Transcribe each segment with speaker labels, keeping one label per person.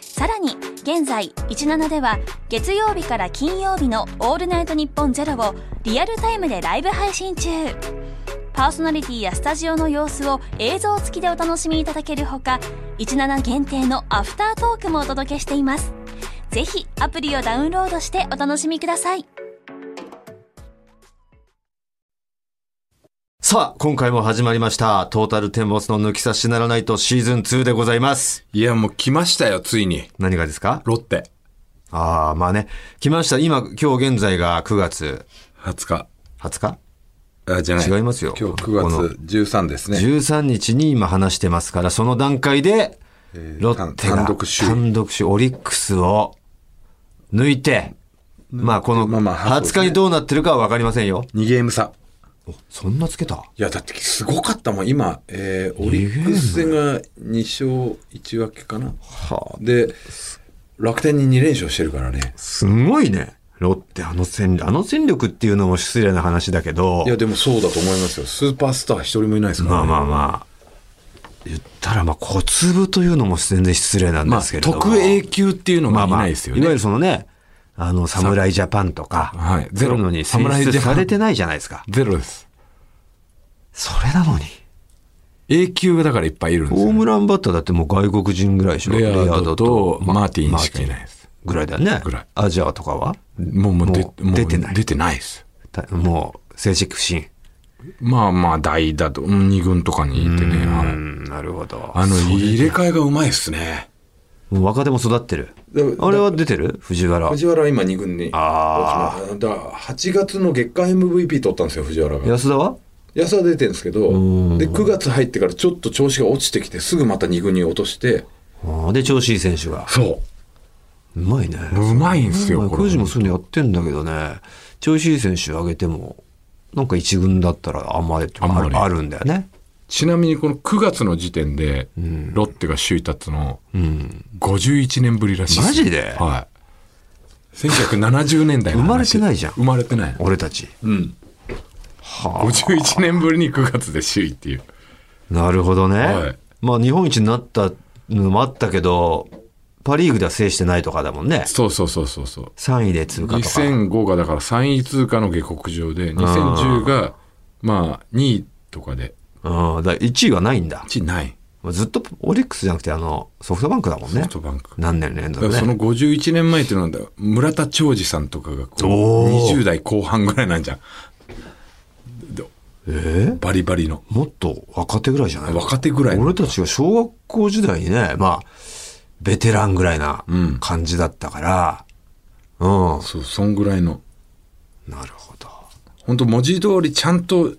Speaker 1: さらに現在17では月曜日から金曜日の「オールナイトニッポンゼロをリアルタイムでライブ配信中パーソナリティやスタジオの様子を映像付きでお楽しみいただけるほか17限定のアフタートークもお届けしていますぜひアプリをダウンロードしてお楽しみください
Speaker 2: さあ、今回も始まりました。トータルテンボスの抜き差しならないとシーズン2でございます。
Speaker 3: いや、もう来ましたよ、ついに。
Speaker 2: 何がですか
Speaker 3: ロッテ。
Speaker 2: ああ、まあね。来ました。今、今日現在が9月
Speaker 3: 20日。
Speaker 2: 20
Speaker 3: あ、じゃない。
Speaker 2: 違いますよ
Speaker 3: 今日
Speaker 2: この
Speaker 3: 9月13です
Speaker 2: 日、
Speaker 3: ね。
Speaker 2: ?13 日に今話してますから、その段階で、ロッテが
Speaker 3: 単単独首位
Speaker 2: 単独首位オリックスを抜いて、まあこの
Speaker 3: まあまあ
Speaker 2: 20日にどうなってるかはわかりませんよ。
Speaker 3: 2ゲーム差。
Speaker 2: おそんなつけた
Speaker 3: いや、だってすごかったもん。今、えー、オリックス戦が2勝1分けかな。で、楽天に2連勝してるからね。
Speaker 2: すごいね。ロッテ、あの戦、あの戦力っていうのも失礼な話だけど
Speaker 3: い、や、でもそうだと思いますよ。スーパースター一人もいないですから、
Speaker 2: まあ
Speaker 3: ね。
Speaker 2: まあまあ。言ったら、まあ、小粒というのも全然失礼なんですけれども。
Speaker 3: 級っていうの
Speaker 2: まあまあ、いわゆるそのね、あの、侍ジャパンとか、
Speaker 3: はい
Speaker 2: ゼ
Speaker 3: ゼ
Speaker 2: ロ
Speaker 3: ロ
Speaker 2: のに選出
Speaker 3: 侍ジャパ
Speaker 2: さ
Speaker 3: ン
Speaker 2: れてないじゃないですか。
Speaker 3: ゼロです。
Speaker 2: それなのに。
Speaker 3: A 級がだからいっぱいいるん
Speaker 2: ホームランバッターだってもう外国人ぐらいでしょ
Speaker 3: レアードと
Speaker 2: ま
Speaker 3: マーティンしかいないです
Speaker 2: マーティンぐらいだよね。
Speaker 3: ぐらい
Speaker 2: アジアとかは
Speaker 3: もう、もうで
Speaker 2: もう出てない
Speaker 3: 出てないです。
Speaker 2: たもう、政治不信。
Speaker 3: まあまあ、代打と、うん二軍とかにいてね。
Speaker 2: う
Speaker 3: はい
Speaker 2: ん、なるほど。
Speaker 3: あの、入れ替えがうまいっすね。
Speaker 2: もう若手も育ってる。
Speaker 3: だだ
Speaker 2: あれは出てる藤原。
Speaker 3: 藤原は今二軍に。
Speaker 2: あ
Speaker 3: だから、8月の月間 MVP 取ったんですよ、藤原が。
Speaker 2: 安田は
Speaker 3: 安は出てるんですけど、で、9月入ってからちょっと調子が落ちてきて、すぐまた二軍に落として。
Speaker 2: ああで、調子いい選手が。
Speaker 3: そう
Speaker 2: まいね。
Speaker 3: う。うまいんす
Speaker 2: ま
Speaker 3: よ、
Speaker 2: あ
Speaker 3: こ
Speaker 2: クイ
Speaker 3: れ
Speaker 2: ジ。もそういうのやってんだけどね、調子いい選手上げても、なんか一軍だったらあんまり、
Speaker 3: あんまり
Speaker 2: あるあるんだよね。
Speaker 3: ちなみに、この9月の時点で、ロッテが首位立つの、51年ぶりらしいっす
Speaker 2: マジで
Speaker 3: はい。1970年代
Speaker 2: 生
Speaker 3: の話
Speaker 2: まれてないじゃん
Speaker 3: 生まれてない。
Speaker 2: 俺たち。
Speaker 3: うん。51年ぶりに9月で首位っていう。
Speaker 2: なるほどね。
Speaker 3: はい
Speaker 2: まあ日本一になったのもあったけど、パ・リーグでは制してないとかだもんね。
Speaker 3: そうそうそうそうそう。
Speaker 2: 3位で通過とか。
Speaker 3: 2005がだから3位通過の下克上で、2010がまあ2位とかで。
Speaker 2: うん、だ1位はないんだ。
Speaker 3: ちない。
Speaker 2: ずっとオリックスじゃなくて、あの、ソフトバンクだもん
Speaker 3: ソ
Speaker 2: ね
Speaker 3: フ。トバンク。
Speaker 2: 何年連
Speaker 3: だか
Speaker 2: 続
Speaker 3: ら
Speaker 2: ね。
Speaker 3: その51年前っていうのはだ村田兆治さんとかがこう
Speaker 2: おー
Speaker 3: 20代後半ぐらいなんじゃん。
Speaker 2: えー
Speaker 3: バリバリの。
Speaker 2: もっと若手ぐらいじゃない
Speaker 3: 若手ぐらいの
Speaker 2: 俺たちが小学校時代にね、まあ、ベテランぐらいな
Speaker 3: うん
Speaker 2: 感じだったから、うん。
Speaker 3: そう、そんぐらいの。
Speaker 2: なるほど。
Speaker 3: 本当文字通りちゃんと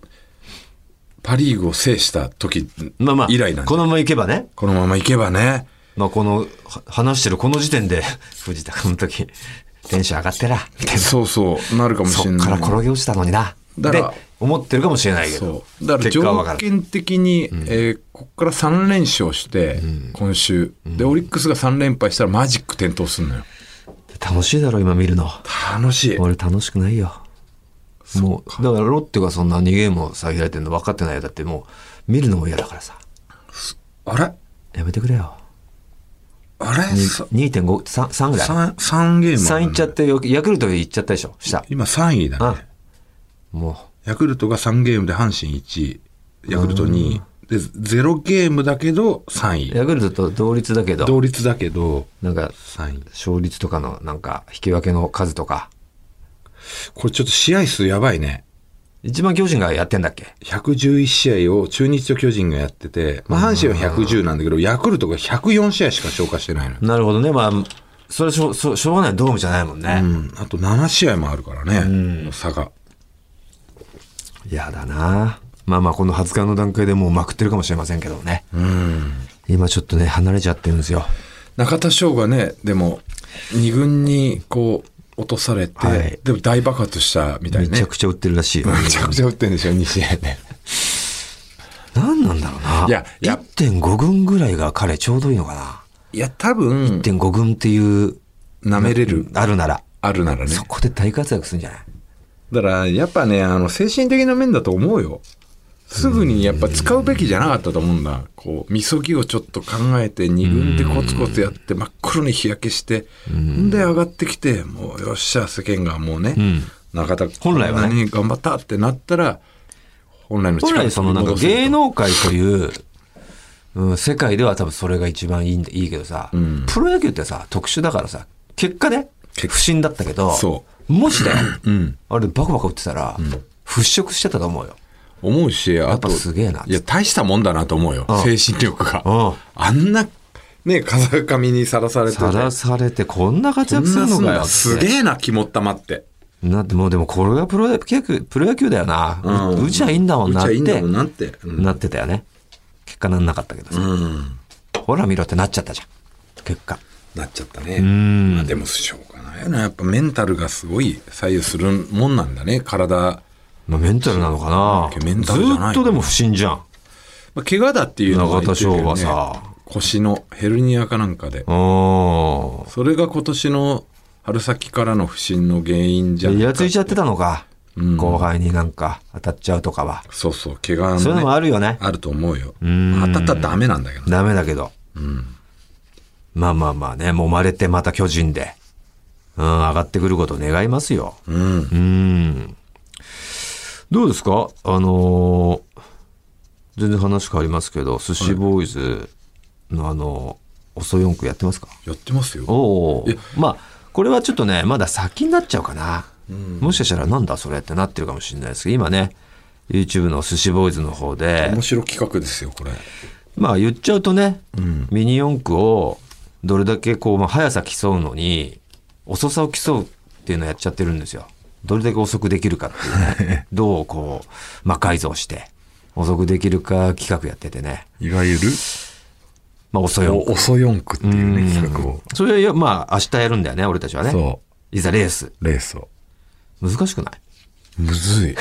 Speaker 3: パリーグを制した時
Speaker 2: まあまあ、
Speaker 3: 以来なんだ
Speaker 2: このままいけばね、
Speaker 3: このままいけばね。
Speaker 2: まあこの、は話してるこの時点で、 藤田君の時、テンション上がってら、みたいな。
Speaker 3: そうそう、なるかもし
Speaker 2: そ
Speaker 3: れ
Speaker 2: っ
Speaker 3: ない。
Speaker 2: から転げ落ちたのにな。
Speaker 3: だから
Speaker 2: で、思ってるかもしれないけど
Speaker 3: そ。うだから
Speaker 2: 結果は分か
Speaker 3: 条
Speaker 2: らない。
Speaker 3: 件的に、えーここから3連勝して、今週でオリックスが3連敗したらマジック点灯するのよ
Speaker 2: 楽しいだろ、今見るの。
Speaker 3: 楽しい
Speaker 2: 俺楽しくないよ。もう、だからロッテがそんな2ゲームを下げられてるの分かってないよ。だってもう、見るのも嫌だからさ。
Speaker 3: あれ
Speaker 2: やめてくれよ。
Speaker 3: あれさ
Speaker 2: 2.5、3、3ぐらい。
Speaker 3: 三三ゲーム
Speaker 2: 3
Speaker 3: ある
Speaker 2: いっちゃって、よヤクルトいっちゃったでしょ、下。
Speaker 3: 今3位だ
Speaker 2: あ
Speaker 3: ね
Speaker 2: も
Speaker 3: ヤクルトが3ゲームで阪神1位ヤクルト2位で0ゲームだけど
Speaker 2: う、
Speaker 3: 3位
Speaker 2: ヤクルトと同率だけど、
Speaker 3: 同率だけど
Speaker 2: なんか、
Speaker 3: 3位
Speaker 2: 勝率とかの、なんか、引き分けの数とか。
Speaker 3: これちょっと試合数やばいね
Speaker 2: 一番巨人がやってんだっけ
Speaker 3: 111試合を中日と巨人がやってて、まあ、阪神は110なんだけど、ヤクルトが104試合しか消化してないのよ。
Speaker 2: なるほどね。まあ、それしょ、しょしょうがない、ドームじゃないもん
Speaker 3: う
Speaker 2: ね。
Speaker 3: ん。あと7試合もあるからね、差が。
Speaker 2: 嫌、だなまあまあ、この20日の段階でもうまくってるかもしれませんけどね。今ちょっとね、離れちゃってるんですよ。
Speaker 3: 中田翔がね、でも、2軍にこう、落とされて、
Speaker 2: はい
Speaker 3: でも大爆発したみたい
Speaker 2: め
Speaker 3: ね。
Speaker 2: ちゃくちゃ売ってるらしい。
Speaker 3: めちゃくちゃ打ってんで しょ、2試合で。
Speaker 2: 何なんだろうな。
Speaker 3: いやいや
Speaker 2: 1.5軍ぐらいが彼ちょうどいいのかな。
Speaker 3: いや、多分、
Speaker 2: 1.5軍っていう、
Speaker 3: 舐めれる、
Speaker 2: あるなら。
Speaker 3: あるならね。
Speaker 2: そこで大活躍するんじゃない
Speaker 3: だから、やっぱね、あの、精神的な面だと思うよ。すぐにやっぱ使うべきじゃなかったと思うんだ。こう、みそぎをちょっと考えて、二軍でコツコツやって、真っ黒に日焼けして、んで上がってきて、もう、よっしゃ、世間がもうね、中田、
Speaker 2: 本来はね
Speaker 3: こんなに頑張ったってなったら、本来の
Speaker 2: 本
Speaker 3: 力
Speaker 2: 来そのなんか
Speaker 3: 戻せると
Speaker 2: 芸能界という、うん、世界では多分それが一番いいんでいいけどさ、
Speaker 3: ん
Speaker 2: プロ野球ってさ特殊だからさ結果ね
Speaker 3: 結
Speaker 2: 不審だったけど
Speaker 3: そ
Speaker 2: もしだよ、
Speaker 3: ん
Speaker 2: あれバカバカ打ってたら、払拭してたと思うよ
Speaker 3: 思うし、あ
Speaker 2: っぱ
Speaker 3: と、
Speaker 2: すげえなっつって
Speaker 3: いや、大したもんだなと思うよ。精神力
Speaker 2: うん
Speaker 3: が。あんな、ね、風上にさらされてて
Speaker 2: さらされてこんな活
Speaker 3: こん
Speaker 2: 躍
Speaker 3: な
Speaker 2: するの
Speaker 3: すん
Speaker 2: かよ
Speaker 3: だすげえな、肝ったまって。
Speaker 2: なってもうでもこれがプロ野球プロ野球だよな、う
Speaker 3: うん
Speaker 2: 打ちゃいいんだもんなっ
Speaker 3: うちゃいいんだ
Speaker 2: て
Speaker 3: もんなって。うん
Speaker 2: なってたよね結果なんなかったけどさ、
Speaker 3: うん。
Speaker 2: ほら見ろってなっちゃったじゃん結果
Speaker 3: なっちゃったね。
Speaker 2: ん
Speaker 3: まあでも、しょうがないよな。やっぱメンタルがすごい左右するもんなんだね、体。
Speaker 2: まあ、メンタルなのかな
Speaker 3: メンタルじゃない
Speaker 2: ずっとでも不審じゃん。
Speaker 3: まあ、怪我だっていうのが言ってるけど
Speaker 2: 中田翔はさ
Speaker 3: 腰のヘルニアかなんかで。
Speaker 2: お
Speaker 3: それが今年の春先からの不振の原因じゃ
Speaker 2: い
Speaker 3: ん。
Speaker 2: やついちゃってたのか。後輩になんか当たっちゃうとかは。
Speaker 3: そうそう、怪我の、ね。
Speaker 2: そういうのもあるよね。
Speaker 3: あると思うよ。
Speaker 2: ん
Speaker 3: まあ当たったらダメなんだけどね。
Speaker 2: ダメだけど。まあまあまあね、揉まれてまた巨人で。うん、上がってくることを願いますよ。
Speaker 3: うん。
Speaker 2: うん。どうですかあのー全然話変わりますけど、寿司ボーイズのあの、おそ四区やってますか
Speaker 3: やってますよ。
Speaker 2: おお
Speaker 3: え
Speaker 2: まあこれはちょっとねまだ先になっちゃうかな、もしかしたらなんだそれってなってるかもしれないですけど今ね YouTube の寿司ボーイズの方で
Speaker 3: 面白企画ですよ、これ。
Speaker 2: まあ言っちゃうとね、ミニ四駆をどれだけこう、まあ、速さ競うのに遅さを競うっていうのをやっちゃってるんですよどれだけ遅くできるかって いうねどうこう、まあ、改造して遅くできるか企画やっててね
Speaker 3: いわゆる、
Speaker 2: まあ遅い四駆
Speaker 3: おそ四駆っていうね、企画を。
Speaker 2: それはまあ明日やるんだよね俺たちはね
Speaker 3: そ
Speaker 2: いざレース
Speaker 3: う、レースを。
Speaker 2: 難しくない
Speaker 3: むずい。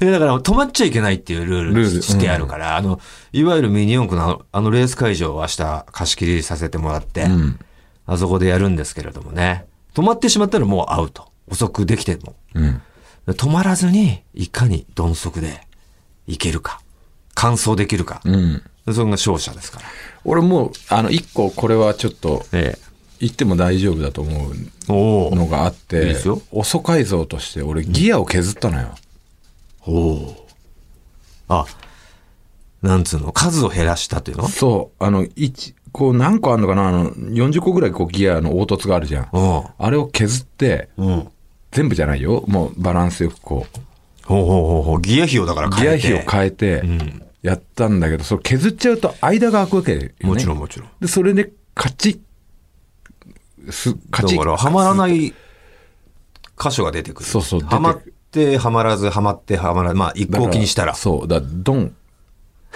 Speaker 2: えだから止まっちゃいけないっていうルール
Speaker 3: ル
Speaker 2: に
Speaker 3: ール
Speaker 2: してあるから、あの、いわゆるミニ四駆のあのあのレース会場を明日貸し切りさせてもらって、
Speaker 3: ん
Speaker 2: あそこでやるんですけれどもね、止まってしまったらもうアウト。遅くできても。
Speaker 3: うん。
Speaker 2: 止まらずに、いかに鈍足でいけるか、完走できるか。
Speaker 3: うん。
Speaker 2: それが勝者ですから。
Speaker 3: 俺もう、あの、一個これはちょっと、
Speaker 2: え
Speaker 3: 言っても大丈夫だと思う
Speaker 2: え。お
Speaker 3: のがあっ
Speaker 2: いい
Speaker 3: て
Speaker 2: ですよ、
Speaker 3: 遅改造として俺ギアを削ったのよ。
Speaker 2: おおあ、なんつうの、数を減らしたっていうの
Speaker 3: そう、あの、一、こう何個あんのかなあの、40個ぐらいこうギアの凹凸があるじゃん。
Speaker 2: お
Speaker 3: あれを削って、
Speaker 2: ううん。
Speaker 3: 全部じゃないよ。もうバランスよくこう。
Speaker 2: ほうほうほうほう。ギア費用だから
Speaker 3: ギ
Speaker 2: 変
Speaker 3: ア
Speaker 2: えて。
Speaker 3: 比を変えて
Speaker 2: ん、
Speaker 3: やったんだけど、それ削っちゃうと間が空くわけよ、ね。
Speaker 2: もちろんもちろん。
Speaker 3: で、それで、カチッ、す、カチッ。
Speaker 2: だから、はまらない箇所が出てくる。
Speaker 3: そうそう出て
Speaker 2: はまって、はまらず、はまって、はまらず。まあ、一
Speaker 3: だか
Speaker 2: 個気にしたら。
Speaker 3: そう、だ、ドン。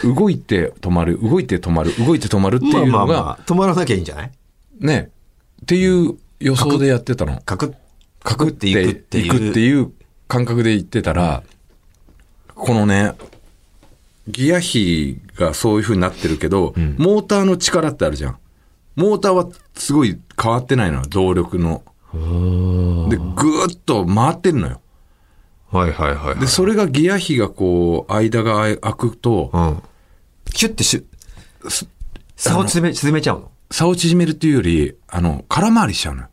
Speaker 3: 動いて止まる、動いて止まる、動いて止まるっていうのが、
Speaker 2: 止まらなきゃいいんじゃない
Speaker 3: ね、っていう予想でやってたの。
Speaker 2: かく、
Speaker 3: か
Speaker 2: かくっていくっていう。
Speaker 3: いくっていう感覚で言ってたら、このね、ギア比がそういう風になってるけど、モーターの力ってあるじゃん。モーターはすごい変わってないのよ、動力の。で、ぐーっと回ってるのよ。
Speaker 2: はいはいはい、はい
Speaker 3: で、それがギア比がこう、間が空くと、
Speaker 2: うん。キュッてしゅ、差を詰め、縮めちゃうの。
Speaker 3: 差を縮めるっていうより、あの、空回りしちゃうのよ。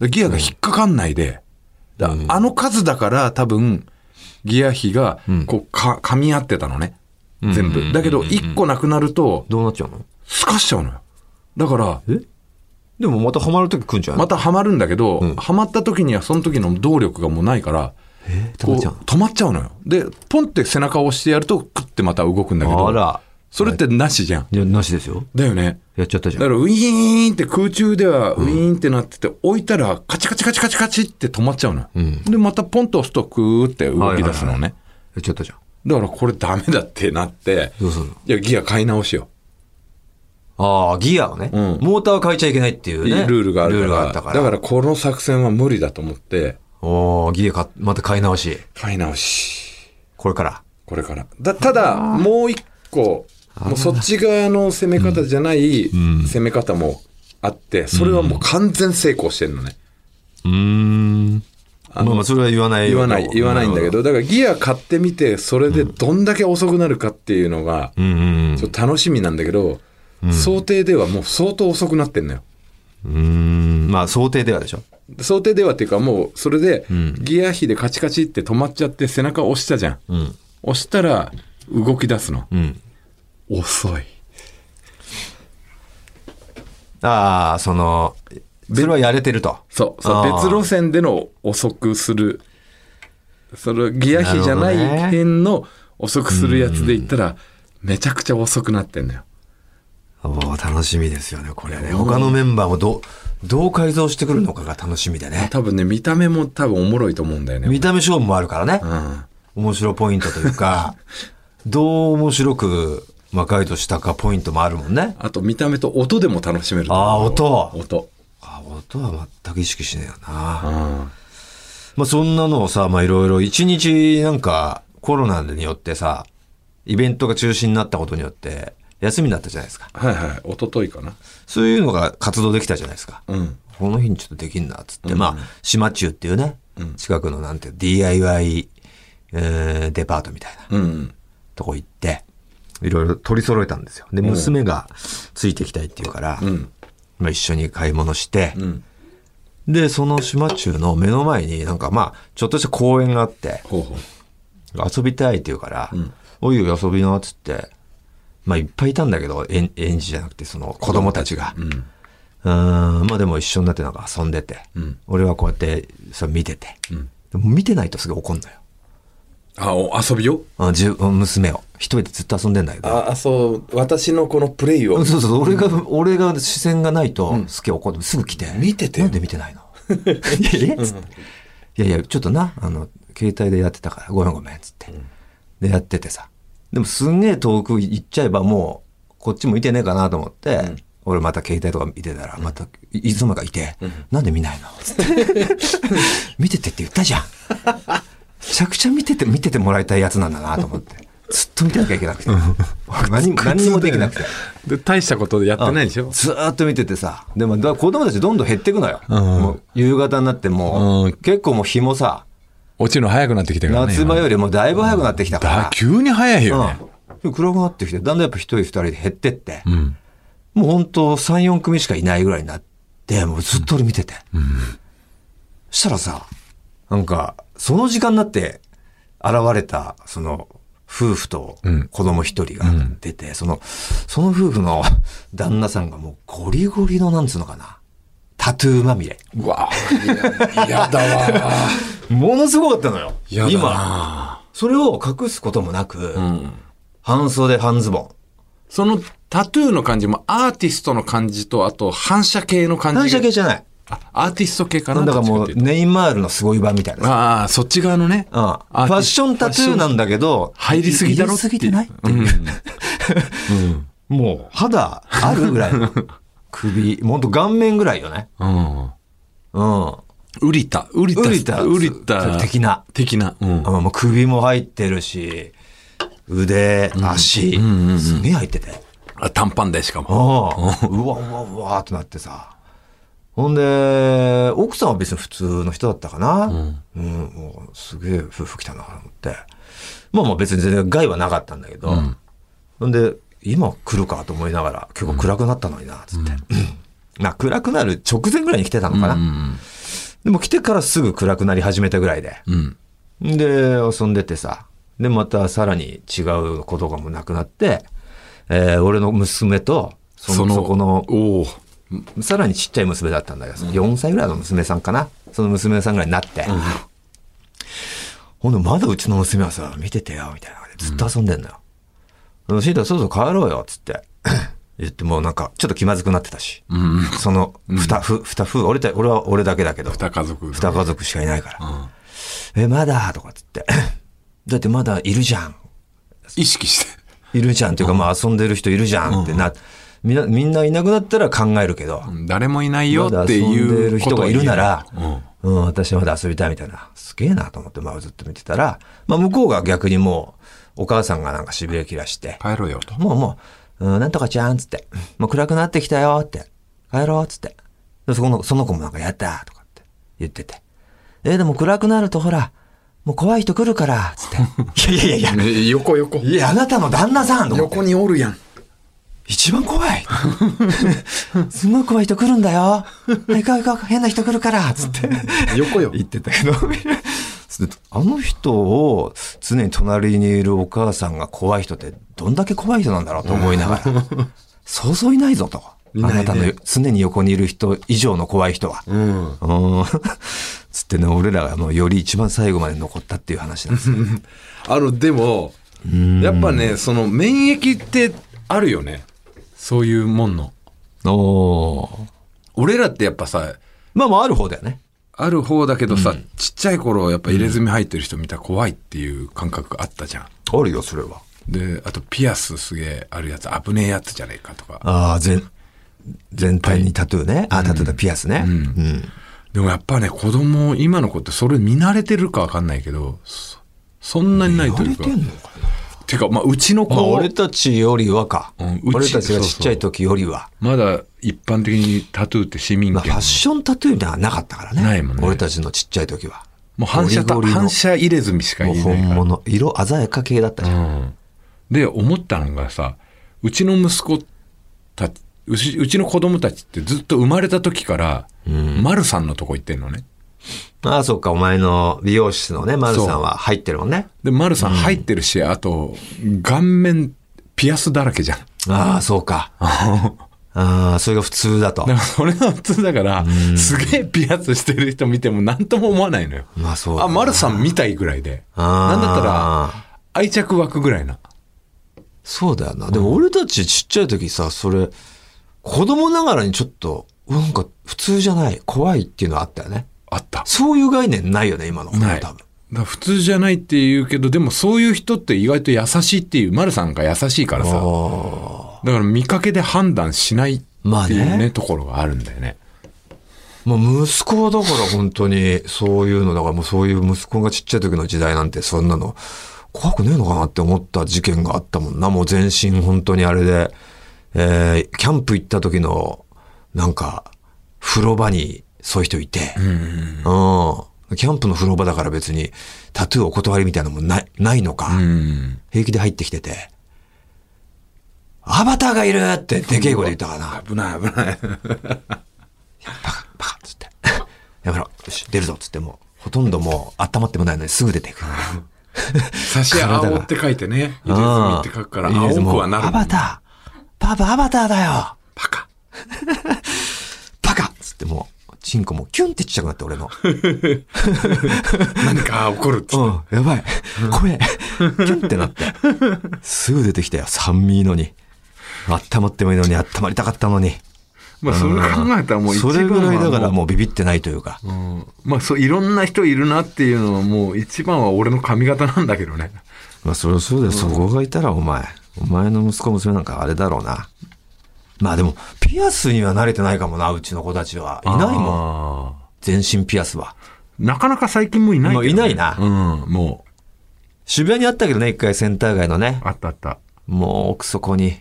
Speaker 3: だギアが引っかかんないで、だあの数だから多分、ギア比が、こう、か、噛み合ってたのね。全部。だけど、一個なくなると、
Speaker 2: どうなっちゃうの
Speaker 3: すかしちゃうのよ。だから、
Speaker 2: えでもまたはまるとき来んじゃん。
Speaker 3: ま
Speaker 2: た、
Speaker 3: たハマるんだけど、ハマった時にはその時の動力がもうないから、
Speaker 2: 止まっちゃう
Speaker 3: こう止まっちゃうのよ。で、ポンって背中を押してやると、クッてまた動くんだけ
Speaker 2: の。
Speaker 3: ど、
Speaker 2: あら。
Speaker 3: それってなしじゃん。
Speaker 2: いや、なしですよ。
Speaker 3: だよね。
Speaker 2: やっちゃったじ
Speaker 3: だ
Speaker 2: ゃ
Speaker 3: か
Speaker 2: ん。
Speaker 3: らウィーンって空中ではウィーンってなってて、置いたらカチカチカチカチカチって止まっちゃうのよ、で、またポンと押すとクーって動き出すのね。
Speaker 2: はいはいはやっちゃったじゃん。
Speaker 3: だからこれダメだってなって、
Speaker 2: どうするの
Speaker 3: いや、ギア買い直しよ
Speaker 2: ああ、ギアをね、
Speaker 3: うん
Speaker 2: モーターは変えちゃいけないっていうね。
Speaker 3: ルールがあるか
Speaker 2: ルー
Speaker 3: ら
Speaker 2: ルがあったから。
Speaker 3: だからこの作戦は無理だと思って
Speaker 2: おーギアか、また買い直し。
Speaker 3: 買い直し
Speaker 2: これから。
Speaker 3: これからだただもう一個もうそっち側の攻め方じゃない攻め方もあってそれはもう完全成功してるのね
Speaker 2: うーん。まあまあ、それは言わない
Speaker 3: 言
Speaker 2: よ
Speaker 3: わない言わないんだけ。どだからギア買ってみてそれでどんだけ遅くなるかっていうのが
Speaker 2: うんうん
Speaker 3: ちょっと楽しみなんだけど想定ではもう相当遅くなってんのよ
Speaker 2: うん。うーん。まあ、想定ではでしょ。
Speaker 3: 想定ではっていうかもうそれでギア比でカチカチって止まっちゃって背中押したじゃん、
Speaker 2: ん
Speaker 3: 押したら動き出すの
Speaker 2: うん。
Speaker 3: 遅い
Speaker 2: ああ、その、それはやれてると。
Speaker 3: そうそう
Speaker 2: あー
Speaker 3: 別路線での遅くするそれギア比じゃない
Speaker 2: なるほどね
Speaker 3: 辺の遅くするやつで言ったらめちゃくちゃ遅くなってんのよ
Speaker 2: おー楽しみですよね、これね。他のメンバーもどう、どう改造してくるのかが楽しみでね。
Speaker 3: 多分ね見た目も多分おもろいと思うんだよね
Speaker 2: 見た目勝負もあるからね。
Speaker 3: うん
Speaker 2: 面白ポイントという か、どう面白く魔界としたかポイントもあるもんね。
Speaker 3: あと見た目と音でも楽しめると思う
Speaker 2: あー音
Speaker 3: 音
Speaker 2: あ音は全く意識しないよな。
Speaker 3: うん
Speaker 2: まあそんなのをさ、まあいろいろ一日なんかコロナによってさ、イベントが中止になったことによって休みになったじゃないですか。
Speaker 3: はいはい一昨日かな
Speaker 2: そういうのが活動できたじゃないですか。
Speaker 3: うん
Speaker 2: この日にちょっとできんな、つって。まあ、島中っていうね、近くのなんて DIY、えーデパートみたいな
Speaker 3: うん
Speaker 2: とこ行って、いろいろ取り揃えたんですよ。で、娘がついてきたいっていうから、
Speaker 3: うん
Speaker 2: まあ一緒に買い物して、
Speaker 3: うん
Speaker 2: で、その島中の目の前になんかまあ、ちょっとした公園があって、
Speaker 3: ほうほう
Speaker 2: 遊びたいって言うから、おいおい遊びな、つって。まあ、いっぱいいたんだけど、園園児じゃなくて、その子供たちが。うん。まあでも一緒になってなんか遊んでて。
Speaker 3: ん
Speaker 2: 俺はこうやって、それ見てて。
Speaker 3: ん
Speaker 2: でも見てないとすぐ怒んのよ。
Speaker 3: あお遊びを
Speaker 2: あ自分娘を。一人でずっと遊んでんだけど。
Speaker 3: あそう私のこのプレイを
Speaker 2: そうそうそう、俺が、俺が視線がないと、すげえ怒って、すぐ来て。
Speaker 3: 見ててよ
Speaker 2: なんで見てないの いやいや、つって。いやいや、ちょっとな、あの、携帯でやってたから、ごめんごめん、つって。で、やっててさ。でも、すんげえ遠く行っちゃえば、もう、こっち向いてねえかなと思って、俺また携帯とか見てたら、また、いいつの間にかいて、なんで見ないのつって。見ててって言ったじゃん。めちゃくちゃ見てて、見ててもらいたいやつなんだなと思って。ずっと見てなきゃいけなくて。俺何も何にもできなくて。
Speaker 3: で大したことでやってないでしょ
Speaker 2: ずーっと見ててさ。でも、だから子供たちどんどん減ってくのよ。もう夕方になってもう、
Speaker 3: うん
Speaker 2: 結構もう日もさ、
Speaker 3: 落ちるの早くなってきたからね
Speaker 2: 夏場よりもだいぶ早くなってきた
Speaker 3: 今だ
Speaker 2: か
Speaker 3: 急に早い
Speaker 2: ら。
Speaker 3: よね
Speaker 2: うん。暗くなってきて、だんだんやっぱ一人二人で減ってって、もう本当三3、4組しかいないぐらいになって、もうずっと俺見てて。そしたらさ、なんか、その時間になって現れた、その、夫婦と子供一人が出て、その、その夫婦の旦那さんがもうゴリゴリの、なんつうのかな、タトゥーまみれ。
Speaker 3: うわいややだ わ
Speaker 2: ものすごかったのよ。
Speaker 3: やだな
Speaker 2: 今。それを隠すこともなく、半袖半ズボン。
Speaker 3: そのタトゥーの感じもアーティストの感じとあと反射系の感じが
Speaker 2: 反射系じゃない。
Speaker 3: あアーティスト系か
Speaker 2: な
Speaker 3: なん
Speaker 2: だかも
Speaker 3: どっ
Speaker 2: う、
Speaker 3: ちってい
Speaker 2: ネイマールの凄い版みたいな
Speaker 3: と
Speaker 2: さ。
Speaker 3: ああそっち側のね
Speaker 2: うん。ファッションタトゥーなんだけど、
Speaker 3: 入りすぎだろ
Speaker 2: 入りすぎてないっていう。もう、肌あるぐらい の。首、ほんと顔面ぐらいよね。
Speaker 3: うん
Speaker 2: うん。
Speaker 3: ウリタウリタ
Speaker 2: ウリタ、
Speaker 3: ウリタ
Speaker 2: 的な。
Speaker 3: 的なうん
Speaker 2: うんもう首も入ってるし、腕、足、すげえ入ってて。
Speaker 3: あ短パンでしかも
Speaker 2: ああ、うわうわうわーってなってさ。ほんで、奥さんは別に普通の人だったかな。うん、もうすげえ夫婦来たなと思って。まあまあ別に全然害はなかったんだけど。ほんで、今来るかと思いながら、結構暗くなったのにな、つって。まあ暗くなる直前ぐらいに来てたのかな。でも来てからすぐ暗くなり始めたぐらいで。
Speaker 3: うん
Speaker 2: で、遊んでてさ。で、またさらに違うことがもうなくなって、えー俺の娘と、その、そこの、
Speaker 3: おお
Speaker 2: さらにちっちゃい娘だったんだけどさ、4歳ぐらいの娘さんかな。その娘さんぐらいになって。ほんで、まだうちの娘はさ、見ててよ、みたいな感じでずっと遊んでんのよ。うん、シータ、そろそろ帰ろうよ、つって。 言って、もうなんか、ちょっと気まずくなってたし。その、二夫、二夫、俺た、俺は俺だけだけど。
Speaker 3: 二家族
Speaker 2: 二家族しかいないから。え、まだとかっつって。 だってまだいるじゃん。
Speaker 3: 意識して
Speaker 2: いるじゃんっていうか、まあ遊んでる人いるじゃんってな、みんな、みんないなくなったら考えるけど、
Speaker 3: 誰もいないよ
Speaker 2: まだ
Speaker 3: って
Speaker 2: 遊んで
Speaker 3: い
Speaker 2: る
Speaker 3: うこ
Speaker 2: 人
Speaker 3: と
Speaker 2: が
Speaker 3: を
Speaker 2: い
Speaker 3: 言う
Speaker 2: るなら、
Speaker 3: うん
Speaker 2: うん、私はまだ遊びたいみたいな、すげえなと思って、まあずっと見てたら、まあ向こうが逆にもう、お母さんがなんか痺れ切らして、
Speaker 3: 帰ろうよと。
Speaker 2: もうもう、うん、なんとかちゃんっつって、もう暗くなってきたよって、帰ろうっつって。でそこの、その子もなんかやったーとかって言ってて。えーでも暗くなるとほら、もう怖い人来るから、つ って。いやいやいやいや、
Speaker 3: ね横横。
Speaker 2: いや、あなたの旦那さんと思って
Speaker 3: 横におるやん。
Speaker 2: 一番怖いすごい怖い人来るんだよ行こう行こう変な人来るからつって
Speaker 3: 横よ。
Speaker 2: 言ってたけどあの人を常に隣にいるお母さんが怖い人ってどんだけ怖い人なんだろうと思いながらそうそういないぞと
Speaker 3: いないね
Speaker 2: あなたの常に横にいる人以上の怖い人は
Speaker 3: うん。
Speaker 2: うーんつってね俺らがもうより一番最後まで残ったっていう話なんですよ
Speaker 3: あの、でも、やっぱね、その免疫ってあるよね。そういうもんの。
Speaker 2: おー
Speaker 3: 俺らってやっぱさ、
Speaker 2: まあまあある方だよね
Speaker 3: ある方だけどさ、ちっちゃい頃やっぱ入れ墨入ってる人見たら怖いっていう感覚あったじゃん。
Speaker 2: あるよそれは
Speaker 3: で、あとピアスすげえあるやつ、危ねえやつじゃねえかとか。
Speaker 2: ああ、全、全体にタトゥーね。あ、タトゥーだ、ピアスね。うん。
Speaker 3: でもやっぱね、子供、今の子ってそれ見慣れてるかわかんないけど、そそんなにないというか。てか、まあ、うちの子
Speaker 2: まあ、俺たちよりはか、
Speaker 3: うんうち
Speaker 2: 俺たちがちっちゃい時よりは。
Speaker 3: まだ一般的にタトゥーって市民
Speaker 2: まあ、フ
Speaker 3: 権
Speaker 2: ァッ。ションタトゥーみたいなのはなかったからね。
Speaker 3: ないもんね
Speaker 2: 俺たちのちっちゃい時は。
Speaker 3: もう反射た、
Speaker 2: ゴリゴリの
Speaker 3: 反射入れ墨しか
Speaker 2: もう
Speaker 3: 言えない
Speaker 2: 本
Speaker 3: から。
Speaker 2: 物。色鮮やか系だったじゃん。
Speaker 3: うんで、思ったのがさ、うちの息子たち、うちうちの子供たちってずっと生まれた時から、マルさんのとこ行ってんのね。
Speaker 2: ああ、そうか、お前の美容室のね、マルさんは入ってるもんね。
Speaker 3: で、マルさん入ってるし、あと、顔面、ピアスだらけじゃん。
Speaker 2: ああ、そう か。ああ、それが普通だと
Speaker 3: だか。らそれが普通だから、すげえピアスしてる人見ても何とも思わないのよ。
Speaker 2: まあそうだ
Speaker 3: あ、
Speaker 2: な
Speaker 3: マルさん見たいぐらいで。
Speaker 2: あ
Speaker 3: な
Speaker 2: ー
Speaker 3: んだったら、愛着湧くぐらいな。
Speaker 2: そうだよな。でも俺たちちっちゃい時さ、それ、子供ながらにちょっと、なんか普通じゃない、怖いっていうのはあったよね。
Speaker 3: あった。
Speaker 2: そういう概念ないよね、今の子供
Speaker 3: ない。だ
Speaker 2: 多
Speaker 3: か
Speaker 2: 分。
Speaker 3: ら普通じゃないって言うけど、でもそういう人って意外と優しいっていう、マルさんが優しいからさ。だから見かけで判断しないっていうね、
Speaker 2: まあね
Speaker 3: ところがあるんだよね。
Speaker 2: もう息子はだから本当に、そういうの、だからもうそういう息子がちっちゃい時の時代なんて、そんなの、怖くねえのかなって思った事件があったもんな。もう全身本当にあれで、えー、キャンプ行った時の、なんか、風呂場にそういう人いて、うん。キャンプの風呂場だから別にタトゥーお断りみたいなのもない、ないのか。
Speaker 3: うん。
Speaker 2: 平気で入ってきてて、アバターがいるってでけえ声で言ったかな。
Speaker 3: 危ない危ない。
Speaker 2: バカ、バカっつって。やめろ、よし、出るぞっつってもう、ほとんどもう温まってもないのにすぐ出ていく。
Speaker 3: 差し青って書いてね。入れ墨って書くから、
Speaker 2: うん
Speaker 3: 青くはなる
Speaker 2: ア
Speaker 3: もん
Speaker 2: バ
Speaker 3: ね。
Speaker 2: ターパパアバターだよ
Speaker 3: バカ。
Speaker 2: バカっつってもう、チンコもキュンってちっちゃくなって俺の。
Speaker 3: 何か起こるっつって。
Speaker 2: うん、やばい。怖え。キュンってなって。すぐ出てきたよ、酸味のに。温まってもいいのに、温まりたかったのに。
Speaker 3: まあ、それ考えたらもう一
Speaker 2: そ
Speaker 3: 番は
Speaker 2: れぐらいだから
Speaker 3: も
Speaker 2: もうビビってないというか。
Speaker 3: う。うんまあ、そう、いろんな人いるなっていうのはもう一番は俺の髪型なんだけどね。
Speaker 2: まあそりゃそうだよ、そこがいたらお前お前の息子娘なんかあれだろうなまあでもピアスには慣れてないかもなうちの子たちはいないもん
Speaker 3: もん。
Speaker 2: 全身ピアスは
Speaker 3: なかなか最近もういないけど
Speaker 2: も
Speaker 3: ね、
Speaker 2: ういない
Speaker 3: うん、もう。
Speaker 2: 渋谷にあったけどね一回センター街のね
Speaker 3: あったあった。
Speaker 2: もう奥底に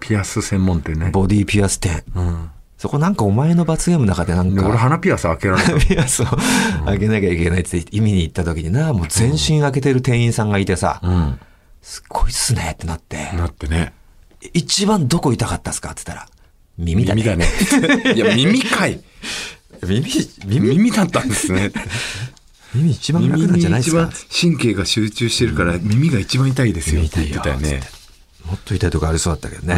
Speaker 3: ピアス専門店ね。
Speaker 2: ボディピアス店
Speaker 3: うん。
Speaker 2: そこなんかお前の罰ゲームの中でなん
Speaker 3: で、俺
Speaker 2: か
Speaker 3: 鼻ピアス開けられ た。
Speaker 2: ピアスを開けなきゃいけないって意味に行った時になもう全身開けてる店員さんがいてさ
Speaker 3: うん。
Speaker 2: すっごいっすねってなって
Speaker 3: なってね。
Speaker 2: 一番どこ痛かったっすかって言ったら耳だね
Speaker 3: 耳 だね。いや、耳かい。
Speaker 2: 耳耳
Speaker 3: 耳だったんですね。
Speaker 2: 耳一番楽
Speaker 3: 耳
Speaker 2: なん
Speaker 3: に
Speaker 2: じゃないで
Speaker 3: 一
Speaker 2: すか
Speaker 3: 番神経が集中してるから、耳が一番痛いですよって言ってたよ
Speaker 2: 耳痛
Speaker 3: ね
Speaker 2: いよ。もっと痛いとこありそうだったけどね。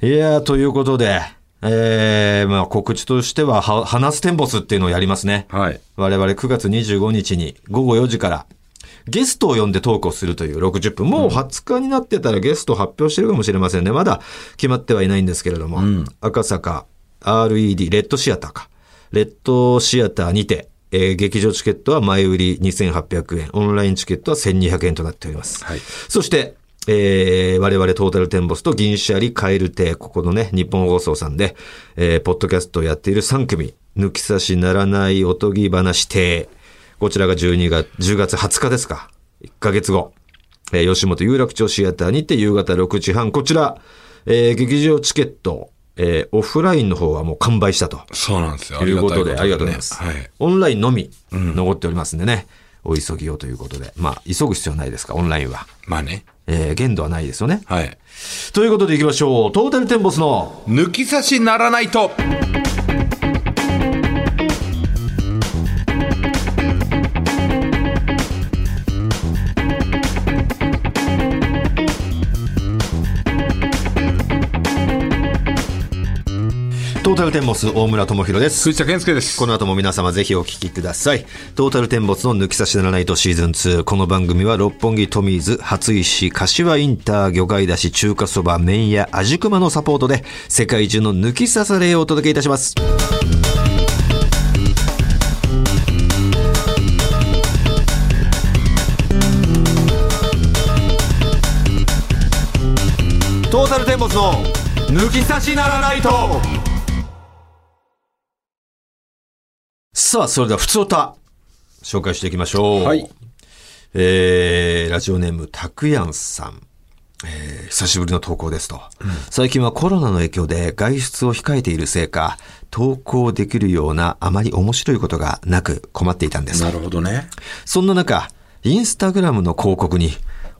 Speaker 2: いやー、ということで、えー、まあ告知としては、は話すテンボスっていうのをやりますね。
Speaker 3: はい。
Speaker 2: 我々9月25日に午後4時からゲストを呼んでトークをするという60分。もう20日になってたらゲスト発表してるかもしれませんね。まだ決まってはいないんですけれども。赤坂 RED、レッドシアターか。レッドシアターにて、えー劇場チケットは前売り2800円、オンラインチケットは1200円となっております。
Speaker 3: はい
Speaker 2: そして、えー我々トータルテンボスと銀シャリ、カエル亭、ここのね、日本放送さんで、えーポッドキャストをやっている3組、抜き差しならないおとぎ話亭、こちらが12月、10月20日ですか。1ヶ月後。えー吉本有楽町シアターにて夕方6時半。こちら、えー劇場チケット、えーオフラインの方はもう完売したと。
Speaker 3: そうなんですよ。
Speaker 2: ということで、ありがとうござい
Speaker 3: ね
Speaker 2: ます。
Speaker 3: はい。
Speaker 2: オンラインのみ、残っておりますんでね、お急ぎをということで。まあ、急ぐ必要ないですか、オンラインは。
Speaker 3: まあね。
Speaker 2: えー限度はないですよね。
Speaker 3: はい。
Speaker 2: ということで行きましょう。トータルテンボスの、
Speaker 3: 抜き差しならないと。
Speaker 2: トータルテンボス大村智弘です。
Speaker 3: 鈴田健介です。
Speaker 2: この後も皆様ぜひお聞きください。トータルテンボスの抜き差しならないとシーズン2。この番組は六本木トミーズ、初石、柏インター、魚介だし、中華そば、麺屋、味熊のサポートで、世界中の抜き差されをお届けいたします。トータルテンボスの抜き差しならないとさあ、それでは、普通歌、紹介していきましょう。
Speaker 3: はい。
Speaker 2: えーラジオネーム、たくやんさん。えー久しぶりの投稿ですと、最近はコロナの影響で外出を控えているせいか、投稿できるようなあまり面白いことがなく困っていたんです。
Speaker 3: なるほどね。
Speaker 2: そんな中、インスタグラムの広告に、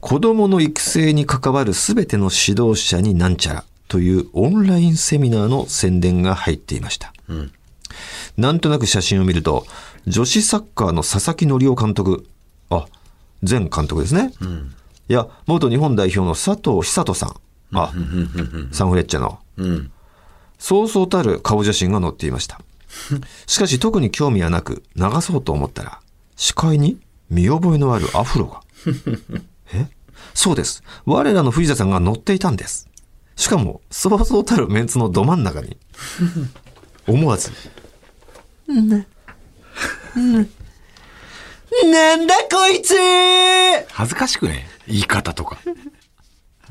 Speaker 2: 子供の育成に関わる全ての指導者になんちゃらというオンラインセミナーの宣伝が入っていました。なんとなく写真を見ると、女子サッカーの佐々木則夫監督、あ、前監督ですね。いや、元日本代表の佐藤久人さん、あ、サンフレッチェの。
Speaker 3: うん。
Speaker 2: そうそうたる顔写真が載っていました。しかし特に興味はなく流そうと思ったら、視界に見覚えのあるアフロが。えそうです。我らの藤田さんが乗っていたんです。しかも、そうそうたるメンツのど真ん中に。思わず。な、なんだこいつ
Speaker 3: 恥ずかしくね。言い方とか。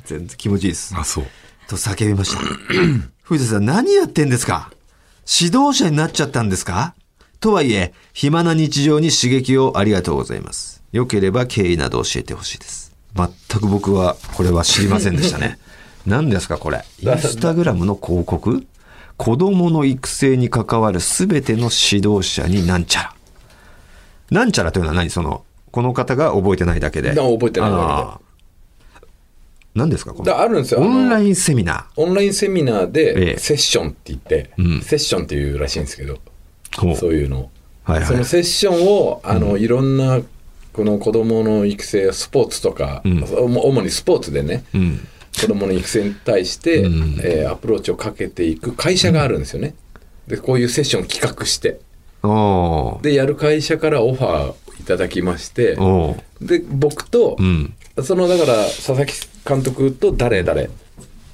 Speaker 2: 全然気持ちいいです。
Speaker 3: あ、そう。
Speaker 2: と叫びました。 藤田さん、何やってんですか指導者になっちゃったんですかとはいえ、暇な日常に刺激をありがとうございます。良ければ経緯など教えてほしいです。全く僕は、これは知りませんでしたね。 何ですか、これ。インスタグラムの広告子供の育成に関わる全ての指導者になんちゃら。なんちゃらというのは何その、この方が覚えてないだけで。
Speaker 3: な覚えてないだけで
Speaker 2: あー何ですか、この
Speaker 4: だあるんですよ。あ
Speaker 2: オ
Speaker 4: の
Speaker 2: ンラインセミナー。
Speaker 4: オンラインセミナー
Speaker 2: ええ
Speaker 4: でセッションって言って、
Speaker 2: うん
Speaker 4: セッションっていうらしいんですけど、
Speaker 2: ほう
Speaker 4: そういうのを、
Speaker 2: はいはい
Speaker 4: そのセッションをあの、いろんなこの子供の育成スポーツとか、
Speaker 2: ん
Speaker 4: 主にスポーツでね、
Speaker 2: うん。
Speaker 4: 子供の育成に対して、
Speaker 2: うん
Speaker 4: えーアプローチをかけていく会社があるんですよね。でこういうセッションを企画して
Speaker 2: おー
Speaker 4: でやる会社からオファーをいただきまして
Speaker 2: おー
Speaker 4: で僕と、
Speaker 2: うん。
Speaker 4: そのだから佐々木監督と誰々で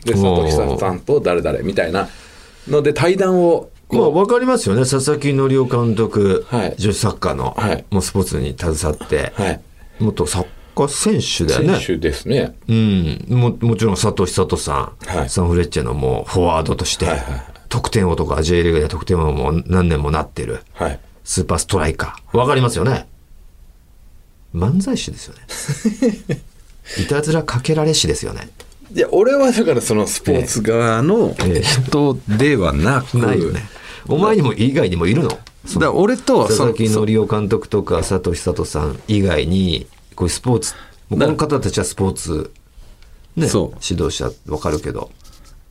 Speaker 4: 佐
Speaker 2: おー
Speaker 4: 藤久さんと誰々みたいなので対談を
Speaker 2: まあ、
Speaker 4: こ
Speaker 2: わかりますよね。佐々木則夫監督、
Speaker 4: はい
Speaker 2: 女子サッカーの、
Speaker 4: はい
Speaker 2: もうスポーツに携わって、
Speaker 4: う、はい、
Speaker 2: 元サッカー選手だよ
Speaker 4: 選
Speaker 2: ね。
Speaker 4: 手ですね。
Speaker 2: うん。も、もちろん佐藤久人さん、
Speaker 4: はい
Speaker 2: サンフレッチェのもうフォワードとして、
Speaker 4: はいはい
Speaker 2: 得点王とか J リーグで得点王も何年もなってる、
Speaker 4: はい。
Speaker 2: スーパーストライカー。わかりますよね。漫才師ですよね。 いたずらかけられ師ですよね。
Speaker 4: いや、俺はだからそのスポ
Speaker 3: スポーツ側の
Speaker 2: ええ
Speaker 3: 人ではなく、
Speaker 2: ないよね。お前にも以外にもいるの
Speaker 3: だから俺と
Speaker 2: 佐
Speaker 3: そ
Speaker 2: 々
Speaker 3: の
Speaker 2: 木
Speaker 3: そ
Speaker 2: 則夫監督とか佐藤久人さん以外にこういうスポーツもうこの方たちはスポーツ、ね、
Speaker 3: そう
Speaker 2: 指導者わかるけど、